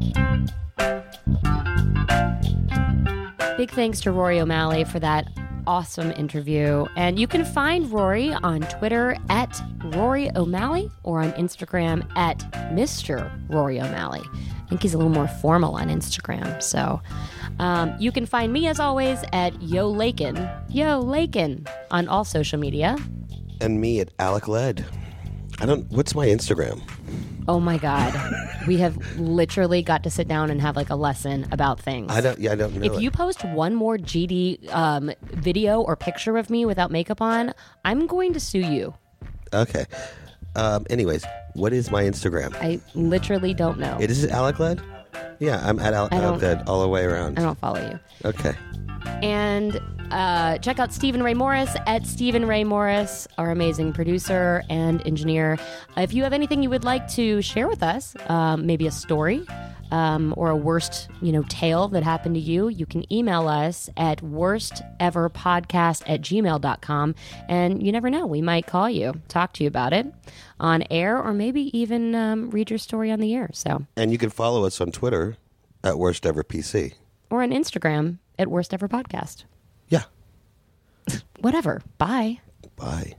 A: Big thanks to Rory O'Malley for that awesome interview. And you can find Rory on Twitter at Rory O'Malley or on Instagram at Mr. Rory O'Malley. I think he's a little more formal on Instagram. So um, you can find me, as always, at Yo Lakin, Yo Lakin, on all social media.
B: And me at Alec Led. I don't. What's my Instagram?
A: Oh my God. we have literally got to sit down and have like a lesson about things.
B: I don't. Yeah, I don't know.
A: If
B: it.
A: you post one more GD um, video or picture of me without makeup on, I'm going to sue you.
B: okay. Um, anyways, what is my Instagram?
A: I literally don't know.
B: It is Alec Led. Yeah, I'm at Alec,
A: I
B: Alec
A: don't-
B: Led all the way around.
A: I don't follow you.
B: Okay.
A: And uh, check out Stephen Ray Morris at Stephen Ray Morris, our amazing producer and engineer. If you have anything you would like to share with us, um, maybe a story um, or a worst, you know, tale that happened to you, you can email us at worsteverpodcast at gmail.com. And you never know, we might call you, talk to you about it on air, or maybe even um, read your story on the air. So,
B: And you can follow us on Twitter at Worst Ever PC.
A: or on Instagram at worsteverpodcast.
B: Yeah.
A: Whatever. Bye.
B: Bye.